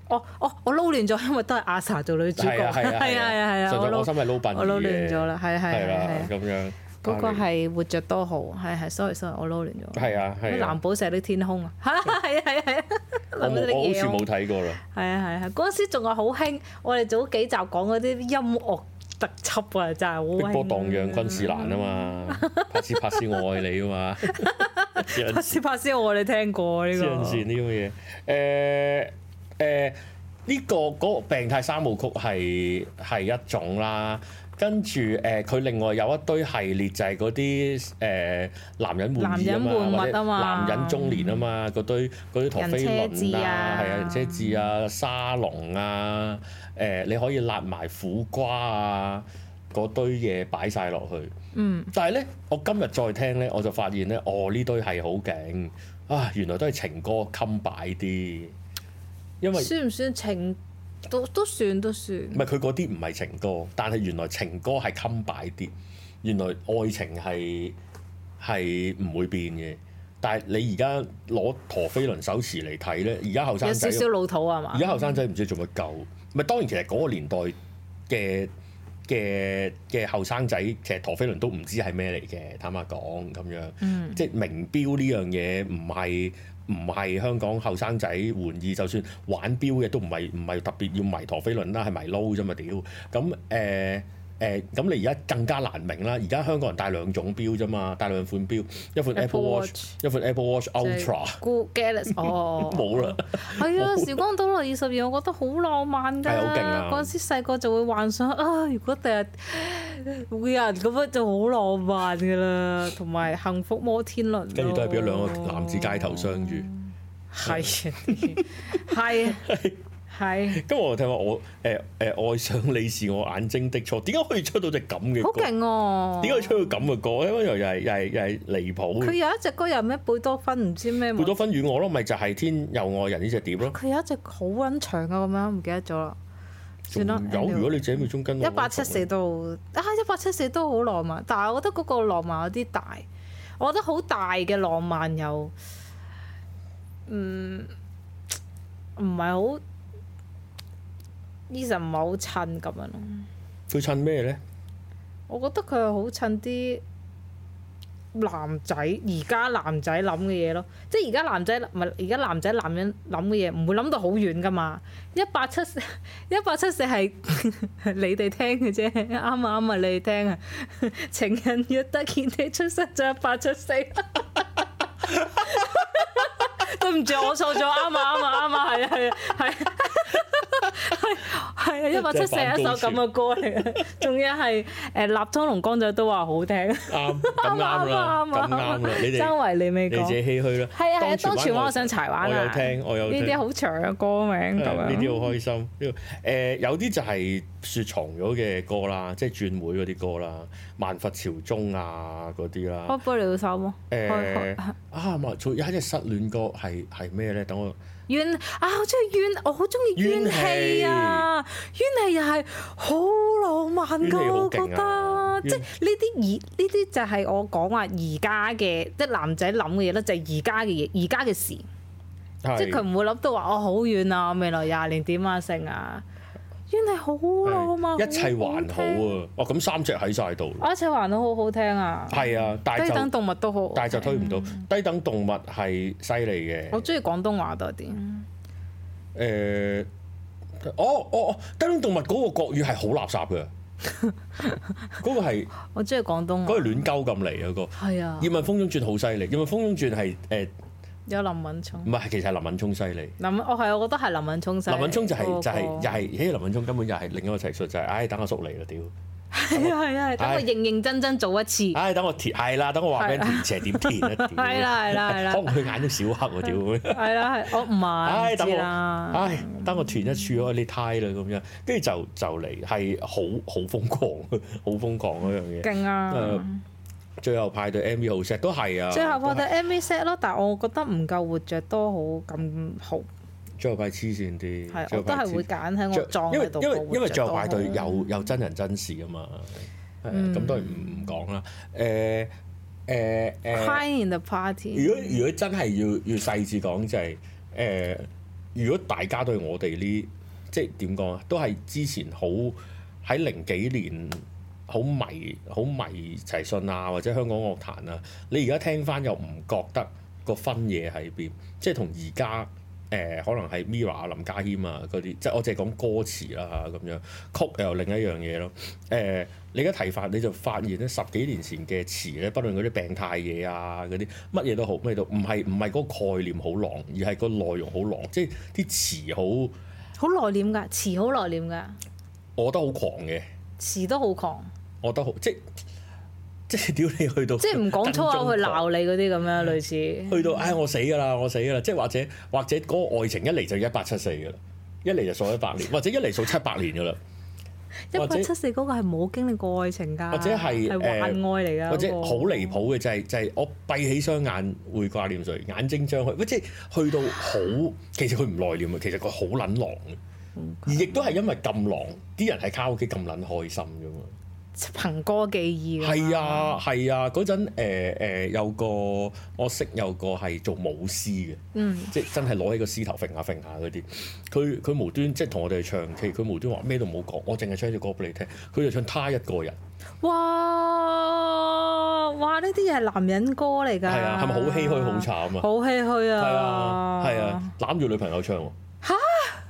S2: 哦哦，我撈亂 咗，因為都係阿 sa 做女主角，
S1: 係啊係啊
S2: 係啊係啊，
S1: 神
S2: 我
S1: 在我
S2: 撈
S1: 心係撈笨
S2: 我撈亂
S1: 嘅，
S2: 咗啦，係啊係啊
S1: 係
S2: 係啊係
S1: 啦
S2: 啊，
S1: 咁樣。
S2: 嗰個
S1: 啊
S2: 係活着多好，係係，sorry sorry，我撈亂咗。
S1: 係啊係啊
S2: 藍，寶石啲天空 啊，係啊係啊係啊係啊，
S1: 我
S2: 諗
S1: 冇
S2: 起
S1: 我好
S2: 啲嘢
S1: 似
S2: 喎
S1: 冇睇過啦。
S2: 係啊係啊，嗰陣時仲係好興，我哋早幾集講嗰啲音樂特輯啊，真係
S1: 碧
S2: 好
S1: 波
S2: 興。
S1: 盪漾昆士蘭啊嘛，拍斯拍斯我愛你 啊嘛，黐人
S2: 拍斯拍斯，我哋聽過啊呢
S1: 黐
S2: 個。
S1: 人線呢啲咁嘅嘢。誒誒，呢個嗰個病態三部曲係係一種啦。跟住誒，佢、另外有一堆系列就係嗰啲誒男人玩意啊嘛，
S2: 男人玩物
S1: 或者
S2: 啊嘛
S1: 男人中年啊嘛，嗰堆嗰啲陀
S2: 人
S1: 飛
S2: 車
S1: 輪
S2: 誌
S1: 啊
S2: 啊，
S1: 係啊，人車誌啊，沙龍啊，誒、你可以揦埋苦瓜啊，嗰堆嘢擺晒落去。
S2: 嗯，
S1: 但係咧，我今日再聽咧，我就發現咧，哦呢堆係好勁啊！原來都係情歌襟擺啲，因為
S2: 算唔算情？都都算都算。
S1: 唔係佢嗰啲唔係情歌，但係原來情歌係襟擺啲，原來愛情係係唔會變嘅。但係你而家攞陀飛輪手持嚟睇咧，而家後
S2: 有
S1: 生
S2: 少
S1: 仔，
S2: 少老土啊嘛
S1: 而。家後生仔唔知做乜鳩。咪當然其實嗰個年代嘅嘅嘅後生仔，其實陀飛輪都唔知係咩嚟嘅，坦白講咁樣。
S2: 嗯，
S1: 即係名錶呢樣嘢唔係唔係香港後生仔玩意，就算玩錶嘅都唔係唔係特別要迷陀飛輪啦，係迷撈啫嘛屌！咁誒誒咁你而家更加難明啦，而家香港人戴兩種錶啫嘛，戴兩款錶，一款 Apple
S2: Apple
S1: Watch，一款 Apple Watch
S2: 就係
S1: Ultra。
S2: Good Galaxy 哦，
S1: 冇啦，
S2: 係啊！時光倒流二十二，我覺得好浪漫㗎。
S1: 係好勁啊
S2: 嗰陣時細個就會幻想啊，如果第日會有人咁樣就好浪漫㗎啦，同埋幸福摩天輪咯。
S1: 跟住都係變咗兩個男子街頭相遇。
S2: 係係係
S1: 咁我聽話我誒誒愛上你是我眼睛的錯，點解可以出到隻咁嘅
S2: 好
S1: 歌？
S2: 勁哦！
S1: 點解出到咁嘅歌？因為又係又係又係離譜嘅
S2: 佢。有一隻歌又咩貝多芬唔知咩
S1: 貝
S2: 舞
S1: 多芬與我咯，咪就係、天佑愛人呢只碟咯。
S2: 佢有一隻好撚長啊，咁樣唔記得咗啦。算
S1: 仲
S2: 啦
S1: 有，如果你自己秒中跟
S2: 一八七四都啊，一八七四都好浪漫，但係我覺得嗰個浪漫有啲大，我覺得好大嘅浪漫又，嗯，唔係好，Eason 唔係好襯咁樣咯。
S1: 佢襯咩咧？
S2: 我覺得佢係好襯啲男仔，而家男仔諗嘅嘢咯，即係而家男仔唔係而家男仔男人諗嘅嘢，唔會諗到好遠噶嘛。一八七四 一八七四係 你哋聽嘅啫，啱啊啱啊，你哋聽啊。 情人若得見你出世就一八七四。 對唔住，我錯咗，啱啊啱啊啱啊，係啊係啊係啊。係啊， 一八七四係一首咁嘅歌嚟嘅，仲要係誒立莊同江仔都話好聽，啱
S1: 啱，咁 啱
S2: 啊啱
S1: 啦，
S2: 啊
S1: 咁啱啦，你
S2: 周
S1: 哋
S2: 圍你未
S1: 你自己
S2: 講，
S1: 唏噓啦。
S2: 係啊係啊，當全灣
S1: 灣
S2: 我想柴灣啊，
S1: 我有聽，我有
S2: 呢
S1: 聽。
S2: 啲好啊長嘅歌名咁
S1: 呢
S2: 樣，
S1: 啲好開心。呢個誒有啲就係雪藏咗嘅歌啦，即係轉會嗰啲歌啦，萬佛朝宗啊嗰啲啦。
S2: 開不了手喎，開
S1: 誒
S2: 開
S1: 啊，咪仲有一隻失戀歌係係咩咧？等我
S2: 怨啊，我中意怨，我好中意怨氣啊，怨氣又係好浪漫慣
S1: 冤
S2: 㗎，
S1: 氣好
S2: 我覺
S1: 勁啊
S2: 得即係呢啲而呢啲就係我講話而家嘅即係男仔諗嘅嘢啦，就係而家嘅嘢，而家嘅事，即係佢
S1: 係
S2: 唔會諗到話我好遠啊，未來廿年點啊成啊，冤係好浪漫，
S1: 一切
S2: 好好
S1: 還好
S2: 聽，
S1: 啊！哦，咁三隻喺晒度，
S2: 啊一切還好好好聽啊，
S1: 係啊，但係
S2: 低等嗯
S1: 就
S2: 動物都好，
S1: 但係就推唔到低等動物係犀利嘅。
S2: 我中意廣東話多啲，
S1: 誒、
S2: 嗯
S1: 哦哦哦，低等動物嗰個國語係好 垃圾嘅，嗰個係
S2: 我中意廣東
S1: 嗰個
S2: 話，
S1: 亂鳩咁嚟嗰個。
S2: 係啊
S1: 葉，問風中轉好犀利，葉問風中轉係誒
S2: 有林敏聰
S1: 唔。係，其實係林敏聰犀利。
S2: 林敏，我哦係啊我覺得係林敏聰犀利
S1: 嗯林敏聰就係、就係
S2: 嗰個
S1: 又係，咦林敏聰根本又係另一個提述就係、唉等我叔嚟啦屌，
S2: 係啊係啊，係等我
S1: 唉
S2: 認認真真做一次，
S1: 唉等我填係啦，等我話俾人填斜點填啊屌，
S2: 係啦係啦係啦
S1: 可能佢眼都小黑喎啊屌咁樣。
S2: 係啦係，哦我唔係
S1: 唉，
S2: 唔
S1: 等
S2: 知
S1: 我，
S2: 啦，
S1: 唉，等我斷一處啊！你胎啦咁樣，跟住就就嚟係好好瘋狂，啊好瘋狂嗰樣嘢。呃
S2: 勁啊！
S1: 最後派對 MV 好 set 都係啊，
S2: 最後我
S1: 都係
S2: 哋 MV set 咯，但我覺得唔夠活著多好咁好，
S1: 最後派黐線啲，
S2: 係
S1: 最
S2: 我都
S1: 後派
S2: 係會
S1: 黐
S2: 揀喺
S1: 最
S2: 我撞
S1: 因
S2: 喺
S1: 為
S2: 度
S1: 因
S2: 個
S1: 為
S2: 活
S1: 因為最
S2: 著
S1: 後
S2: 多
S1: 派對
S2: 好
S1: 有有真人真事啊嘛，係
S2: 嗯
S1: 啊咁當然唔唔講啦。呃誒誒誒。
S2: Crying in the party，
S1: 如果如果真係要要細緻講就係、誒、如果大家對我哋呢，即係點講啊，都係之前好喺零幾年好迷好迷齊信啊，或者香港樂壇啊，你而家聽翻又唔覺得個分野喺邊，即係同而家。誒、可能係 Mira 啊、林家謙啊嗰啲，即係我淨係講歌詞啦咁樣，曲又另一樣嘢咯。誒、你而家提法你就發現咧，十幾年前嘅詞咧，不論嗰啲病態嘢啊，嗰啲乜嘢都好，咩都唔係唔係嗰個概念好狼，而係個內容好狼，即係啲詞好，
S2: 好內斂㗎，詞好內斂㗎，
S1: 我覺得好狂嘅，
S2: 詞都好狂，
S1: 我覺得好即即係屌你去 到，
S2: 即係唔講粗 口去鬧你嗰啲咁樣類似，
S1: 去到唉、我死㗎啦，我死㗎啦！即係或者或者嗰個愛情一嚟就一八七四㗎啦，一嚟就數一百年，或者一嚟數七百年㗎啦。
S2: 一
S1: 或者
S2: 八七四嗰個係冇經歷過愛情㗎，
S1: 或者係
S2: 係
S1: 誒
S2: 幻愛嚟㗎，
S1: 或者
S2: 嗰個
S1: 好離譜嘅就係、就係、我閉起雙眼會掛念誰，眼睛張開，喂即係去到好，其實佢唔內斂啊，其實佢好撚狼嘅，而亦都係因為咁狼，啲人喺卡拉 OK 咁撚開心啫嘛。
S2: 憑歌記憶㗎嘛
S1: 係啊係啊，嗰陣誒誒有個我識有個係做舞獅嘅，
S2: 嗯，
S1: 即係真係攞起個獅頭揈下揈下嗰啲。佢佢無端即係同我哋去唱 K，佢無端話咩都冇講，我淨係唱隻歌俾你聽，佢就唱他一個人。
S2: 哇！哇！呢啲嘢係男人歌嚟㗎，
S1: 係啊，係咪好唏噓好慘啊？
S2: 好唏噓
S1: 係
S2: 啊！
S1: 啊，係啊，攬住女朋友唱喎。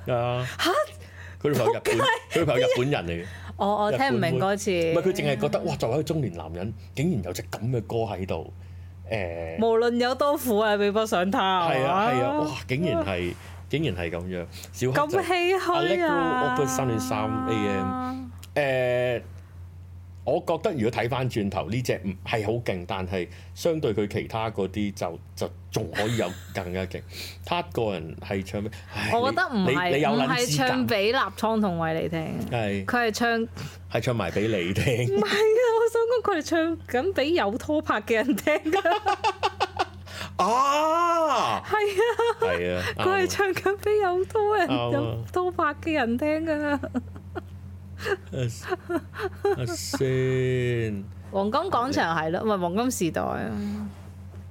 S1: 嚇！啊！嚇！佢女朋友日本，佢女朋友日本人嚟嘅。
S2: 我我
S1: 日
S2: 聽唔
S1: 本
S2: 明
S1: 妹
S2: 嗰次，
S1: 唔係佢淨係覺得哇，作為一個中年男人，竟然有隻咁嘅歌喺度。誒，
S2: 無論有多苦啊，比不上他。
S1: 係啊係啊，
S2: 嘛
S1: 哇！竟然係，竟然係咁樣。小
S2: 咁
S1: 黑仔
S2: 唏噓啊
S1: Allegro Opus 3.3 AM 誒，呃我覺得如果睇翻轉頭呢只唔係好勁，但係相對佢其他嗰啲就就仲可以有更加勁。他個人係唱咩？唉
S2: 我覺得唔
S1: 你你你有
S2: 係唔
S1: 撚
S2: 係
S1: 資
S2: 唱
S1: 格
S2: 俾立倉同維你聽，
S1: 係
S2: 佢係唱唔
S1: 係唱埋俾你聽，
S2: 係啊！我想講佢係唱緊俾有拖拍嘅人聽 㗎，係
S1: 啊，
S2: 啊！
S1: 係啊，
S2: 佢係
S1: 啱啊
S2: 唱緊俾有拖人
S1: 啱啊
S2: 有拖拍嘅人聽㗎。
S1: 啊先，
S2: 黃金廣場係咯，唔係黃金時代啊。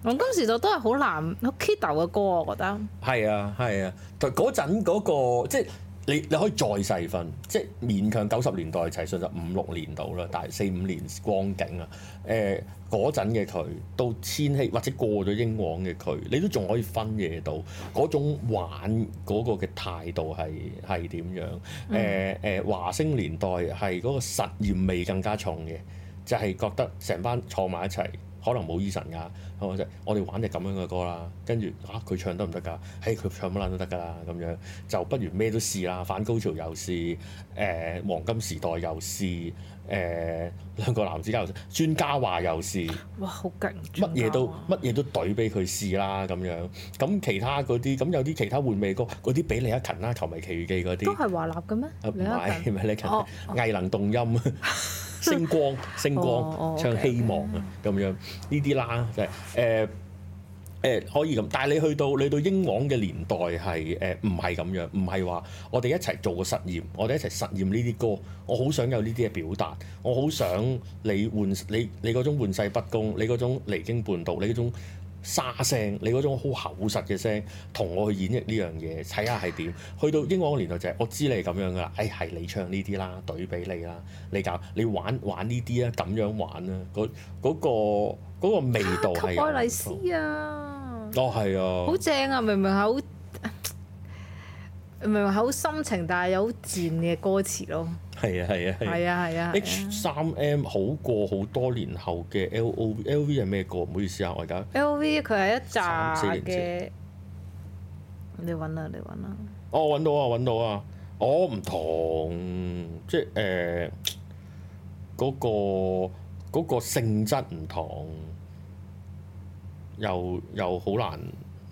S2: 黃金時代都係好難好 kiddo 嘅歌，我覺得。
S1: 係啊係啊，但嗰陣嗰個即係你你可以再細分，即係勉強九十年代齊信就五六年度啦，但係四五年光景啊，誒嗰陣嘅佢到千禧或者過咗英皇嘅佢，你都仲可以分嘢到嗰種玩嗰個嘅態度係係點樣？誒誒、華星年代係嗰個實驗味更加重嘅。就係覺得成班坐埋一齊，可能冇 Eason 㗎，係咪先？我哋玩隻咁樣嘅歌啦，跟住啊佢唱得唔得㗎？嘿佢唱乜撚都得㗎啦，咁樣就不如咩都試啦，反高潮又試，誒、黃金時代又試，誒、兩個男子交又試，專家話又試。
S2: 哇，好勁！
S1: 乜嘢都乜嘢都懟俾佢試啦咁樣，咁其他嗰啲咁有啲其他換味歌，嗰啲俾李克勤啦，《球迷奇遇記》嗰啲
S2: 都，係華納嘅咩
S1: 啊？唔
S2: 李克勤
S1: 係唔係李克勤
S2: 哦，
S1: 藝能 動音，星光星
S2: 哦哦
S1: 光唱
S2: OK，OK
S1: 希望啊咁樣呢啲啦，就係誒誒可以咁，但係你去到你到英皇嘅年代係誒唔係咁樣，唔係話我哋一齊做個實驗，我哋一齊實驗呢啲歌，我好想有呢啲嘅表達，我好想你換你你嗰種玩世不恭，你嗰種離經叛道，你嗰種沙聲，你嗰種好厚實嘅聲，同我去演繹呢樣嘢，睇下係點。去到英皇嘅年代就係、我知你係咁樣噶啦，誒、係你唱呢啲啦，對俾你啦，你搞你玩玩呢啲啊，咁樣玩啦，嗰嗰、個嗰、個味道係
S2: 給
S1: 有
S2: 哦愛麗
S1: 唔同
S2: 絲啊，
S1: 哦，係啊，
S2: 好正啊！明明係好。明明係好深情，但係有好賤嘅歌詞咯，
S1: 係啊，係啊，係啊。
S2: 係啊係啊，
S1: H 三 M 好過好多年後嘅 L O L V 係咩歌？唔好意思啊，我而家
S2: L.V. 佢係一扎
S1: 三四年
S2: 嘅，你揾啦，你揾啦。
S1: 哦揾到啊揾到啊，我唔同，即係誒嗰個嗰、個性質唔同，又又好難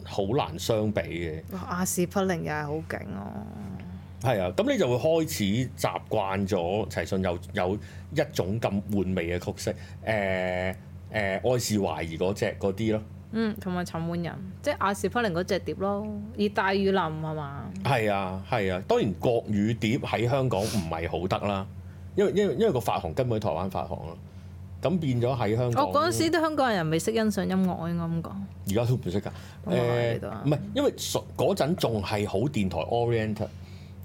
S1: 好難相比嘅。
S2: 哇！亞視不靈又係好勁哦，
S1: 係啊，咁你就會開始習慣咗齊信有有一種咁換味嘅曲式，誒、誒、愛是懷疑嗰只嗰啲咯，
S2: 嗯，同埋陳奐仁，即係亞視不靈嗰只碟咯，熱帶雨林係嘛？
S1: 係啊係啊，當然國語碟喺香港唔係好得啦，因為因為因為個發行根本喺台灣發行咯，咁變咗喺香
S2: 我
S1: 港，
S2: 嗰陣時啲香港人未識欣賞音樂，我應該咁講。
S1: 而家都唔識㗎，
S2: 我話你
S1: 誒
S2: 都啊
S1: 唔係因為屬嗰陣仲係好電台 oriented。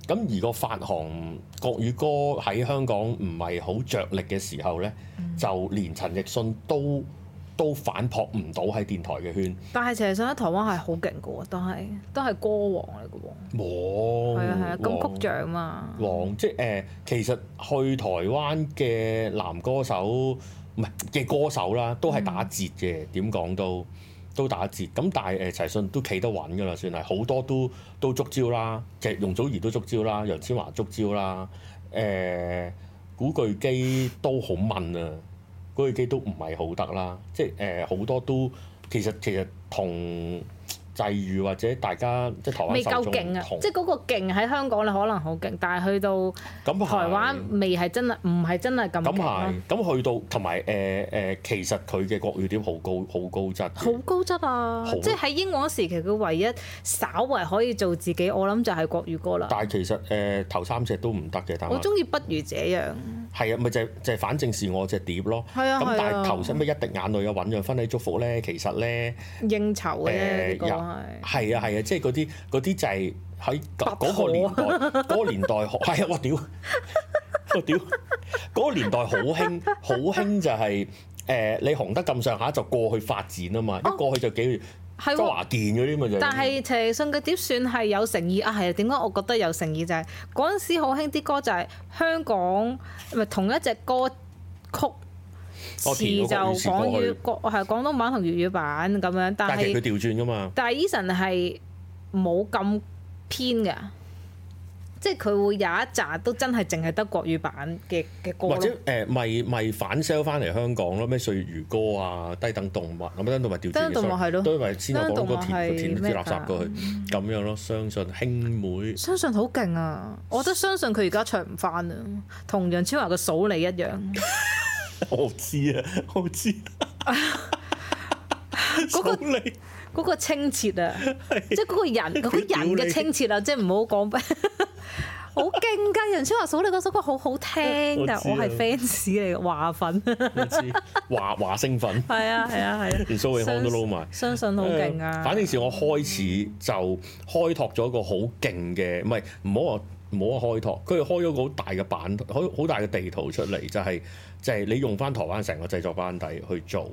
S1: 咁而個發行國語歌喺香港唔係好着力嘅時候呢，
S2: 嗯
S1: 就連陳奕迅都都反撲唔到喺電台嘅圈，
S2: 但係其實上喺台灣係好勁嘅喎，都係都係歌王嚟嘅喎。
S1: 冇
S2: 係啊係啊，
S1: 冇
S2: 金曲獎嘛。
S1: 黃即係誒、呃其實去台灣嘅男歌手唔係嘅歌手啦，都係
S2: 嗯
S1: 打折嘅，點講都都打折。咁但係誒、呃、齊信都企得穩㗎啦，算係好多都都捉招啦，其實容祖兒都捉招啦，楊千嬅捉招啦，誒、古巨基都好問啊，古巨基都唔係好得啦，即係誒呃好多都其實其實同。際遇或者大家即係台灣
S2: 未
S1: 受
S2: 夠
S1: 眾
S2: 勁
S1: 唔
S2: 啊！
S1: 同
S2: 即係嗰個勁喺香港你可能好勁，但係去到
S1: 咁
S2: 台
S1: 係
S2: 灣未係真係唔係真係咁
S1: 咁
S2: 勁咯
S1: 係，咁去到同埋誒誒，其實佢嘅國語碟好高好高質嘅，
S2: 好高質啊
S1: 好！
S2: 即係喺英皇時期，佢唯一稍為可以做自己，我諗就係國語歌啦。
S1: 但係其實誒、呃、頭三隻都唔得嘅，但
S2: 我
S1: 係
S2: 中意不如這樣，
S1: 係啊，咪就係、就係、反正是我隻碟咯。
S2: 係啊
S1: 咁、
S2: 係
S1: 但係
S2: 啊
S1: 頭先咩一滴眼淚啊，醖釀婚禮祝福咧，其實咧
S2: 應酬嘅啫，呢
S1: 誒
S2: 個
S1: 又
S2: 係。
S1: 係啊係啊，即係嗰啲嗰啲就係喺嗰
S2: 不可
S1: 嗰個年代嗰個年代學係啊！我屌我屌嗰個年代好興好興就係、誒、你紅得咁上下就過去發展啊嘛，一
S2: 哦
S1: 過去就幾
S2: 係
S1: 周
S2: 喎。
S1: 華健嗰啲咪就係
S2: 但係陳奕迅嘅碟算係有誠意啊！係啊點解我覺得有誠意就係嗰陣時好興啲歌就係香港咪同一隻歌曲
S1: 我哦填
S2: 詞就
S1: 嗰個
S2: 講
S1: 語詞
S2: 粵國係廣東版同粵語版咁樣，但
S1: 但係其實
S2: 係
S1: 佢調轉噶嘛，
S2: 但係 Eason 係冇咁偏嘅，即係佢會有一紮都真係淨係得國語版嘅嘅歌
S1: 或者
S2: 咯。
S1: 誒咪咪反 sell 翻嚟香港咯，咩歲月如歌啊、低等動物咁低等動物調轉
S2: 低
S1: 嘅，
S2: 等動物係咯
S1: 都係先有講
S2: 低等動
S1: 嗰
S2: 物
S1: 填
S2: 係
S1: 填啲
S2: 咩
S1: 垃圾
S2: 㗎
S1: 過去咁樣咯，相信兄妹
S2: 相信好勁啊！我都相信佢而家唱唔翻啊，同楊千嬅嘅數你一樣。
S1: 我知啊， 我知
S2: 嗰個
S1: 個你
S2: 嗰個清澈啊，即係嗰個人嗰個
S1: 屌你
S2: 人嘅清澈啊，即係唔好講。 好勁㗎！楊千嬅數你嗰首歌好好聽
S1: 我知啊
S2: 㗎，我係 fans 嚟嘅華 粉。
S1: 我知 華華 星粉，
S2: 係啊係啊係啊！
S1: 連蘇永康都撈埋。
S2: 相信好勁啊！
S1: 誒反正是我開始就開拓咗一個好勁嘅，唔係唔好話唔好話開拓，佢哋開咗個好大嘅版，好好大嘅地圖出嚟，就係、就係、你用翻台灣成個製作班底去做。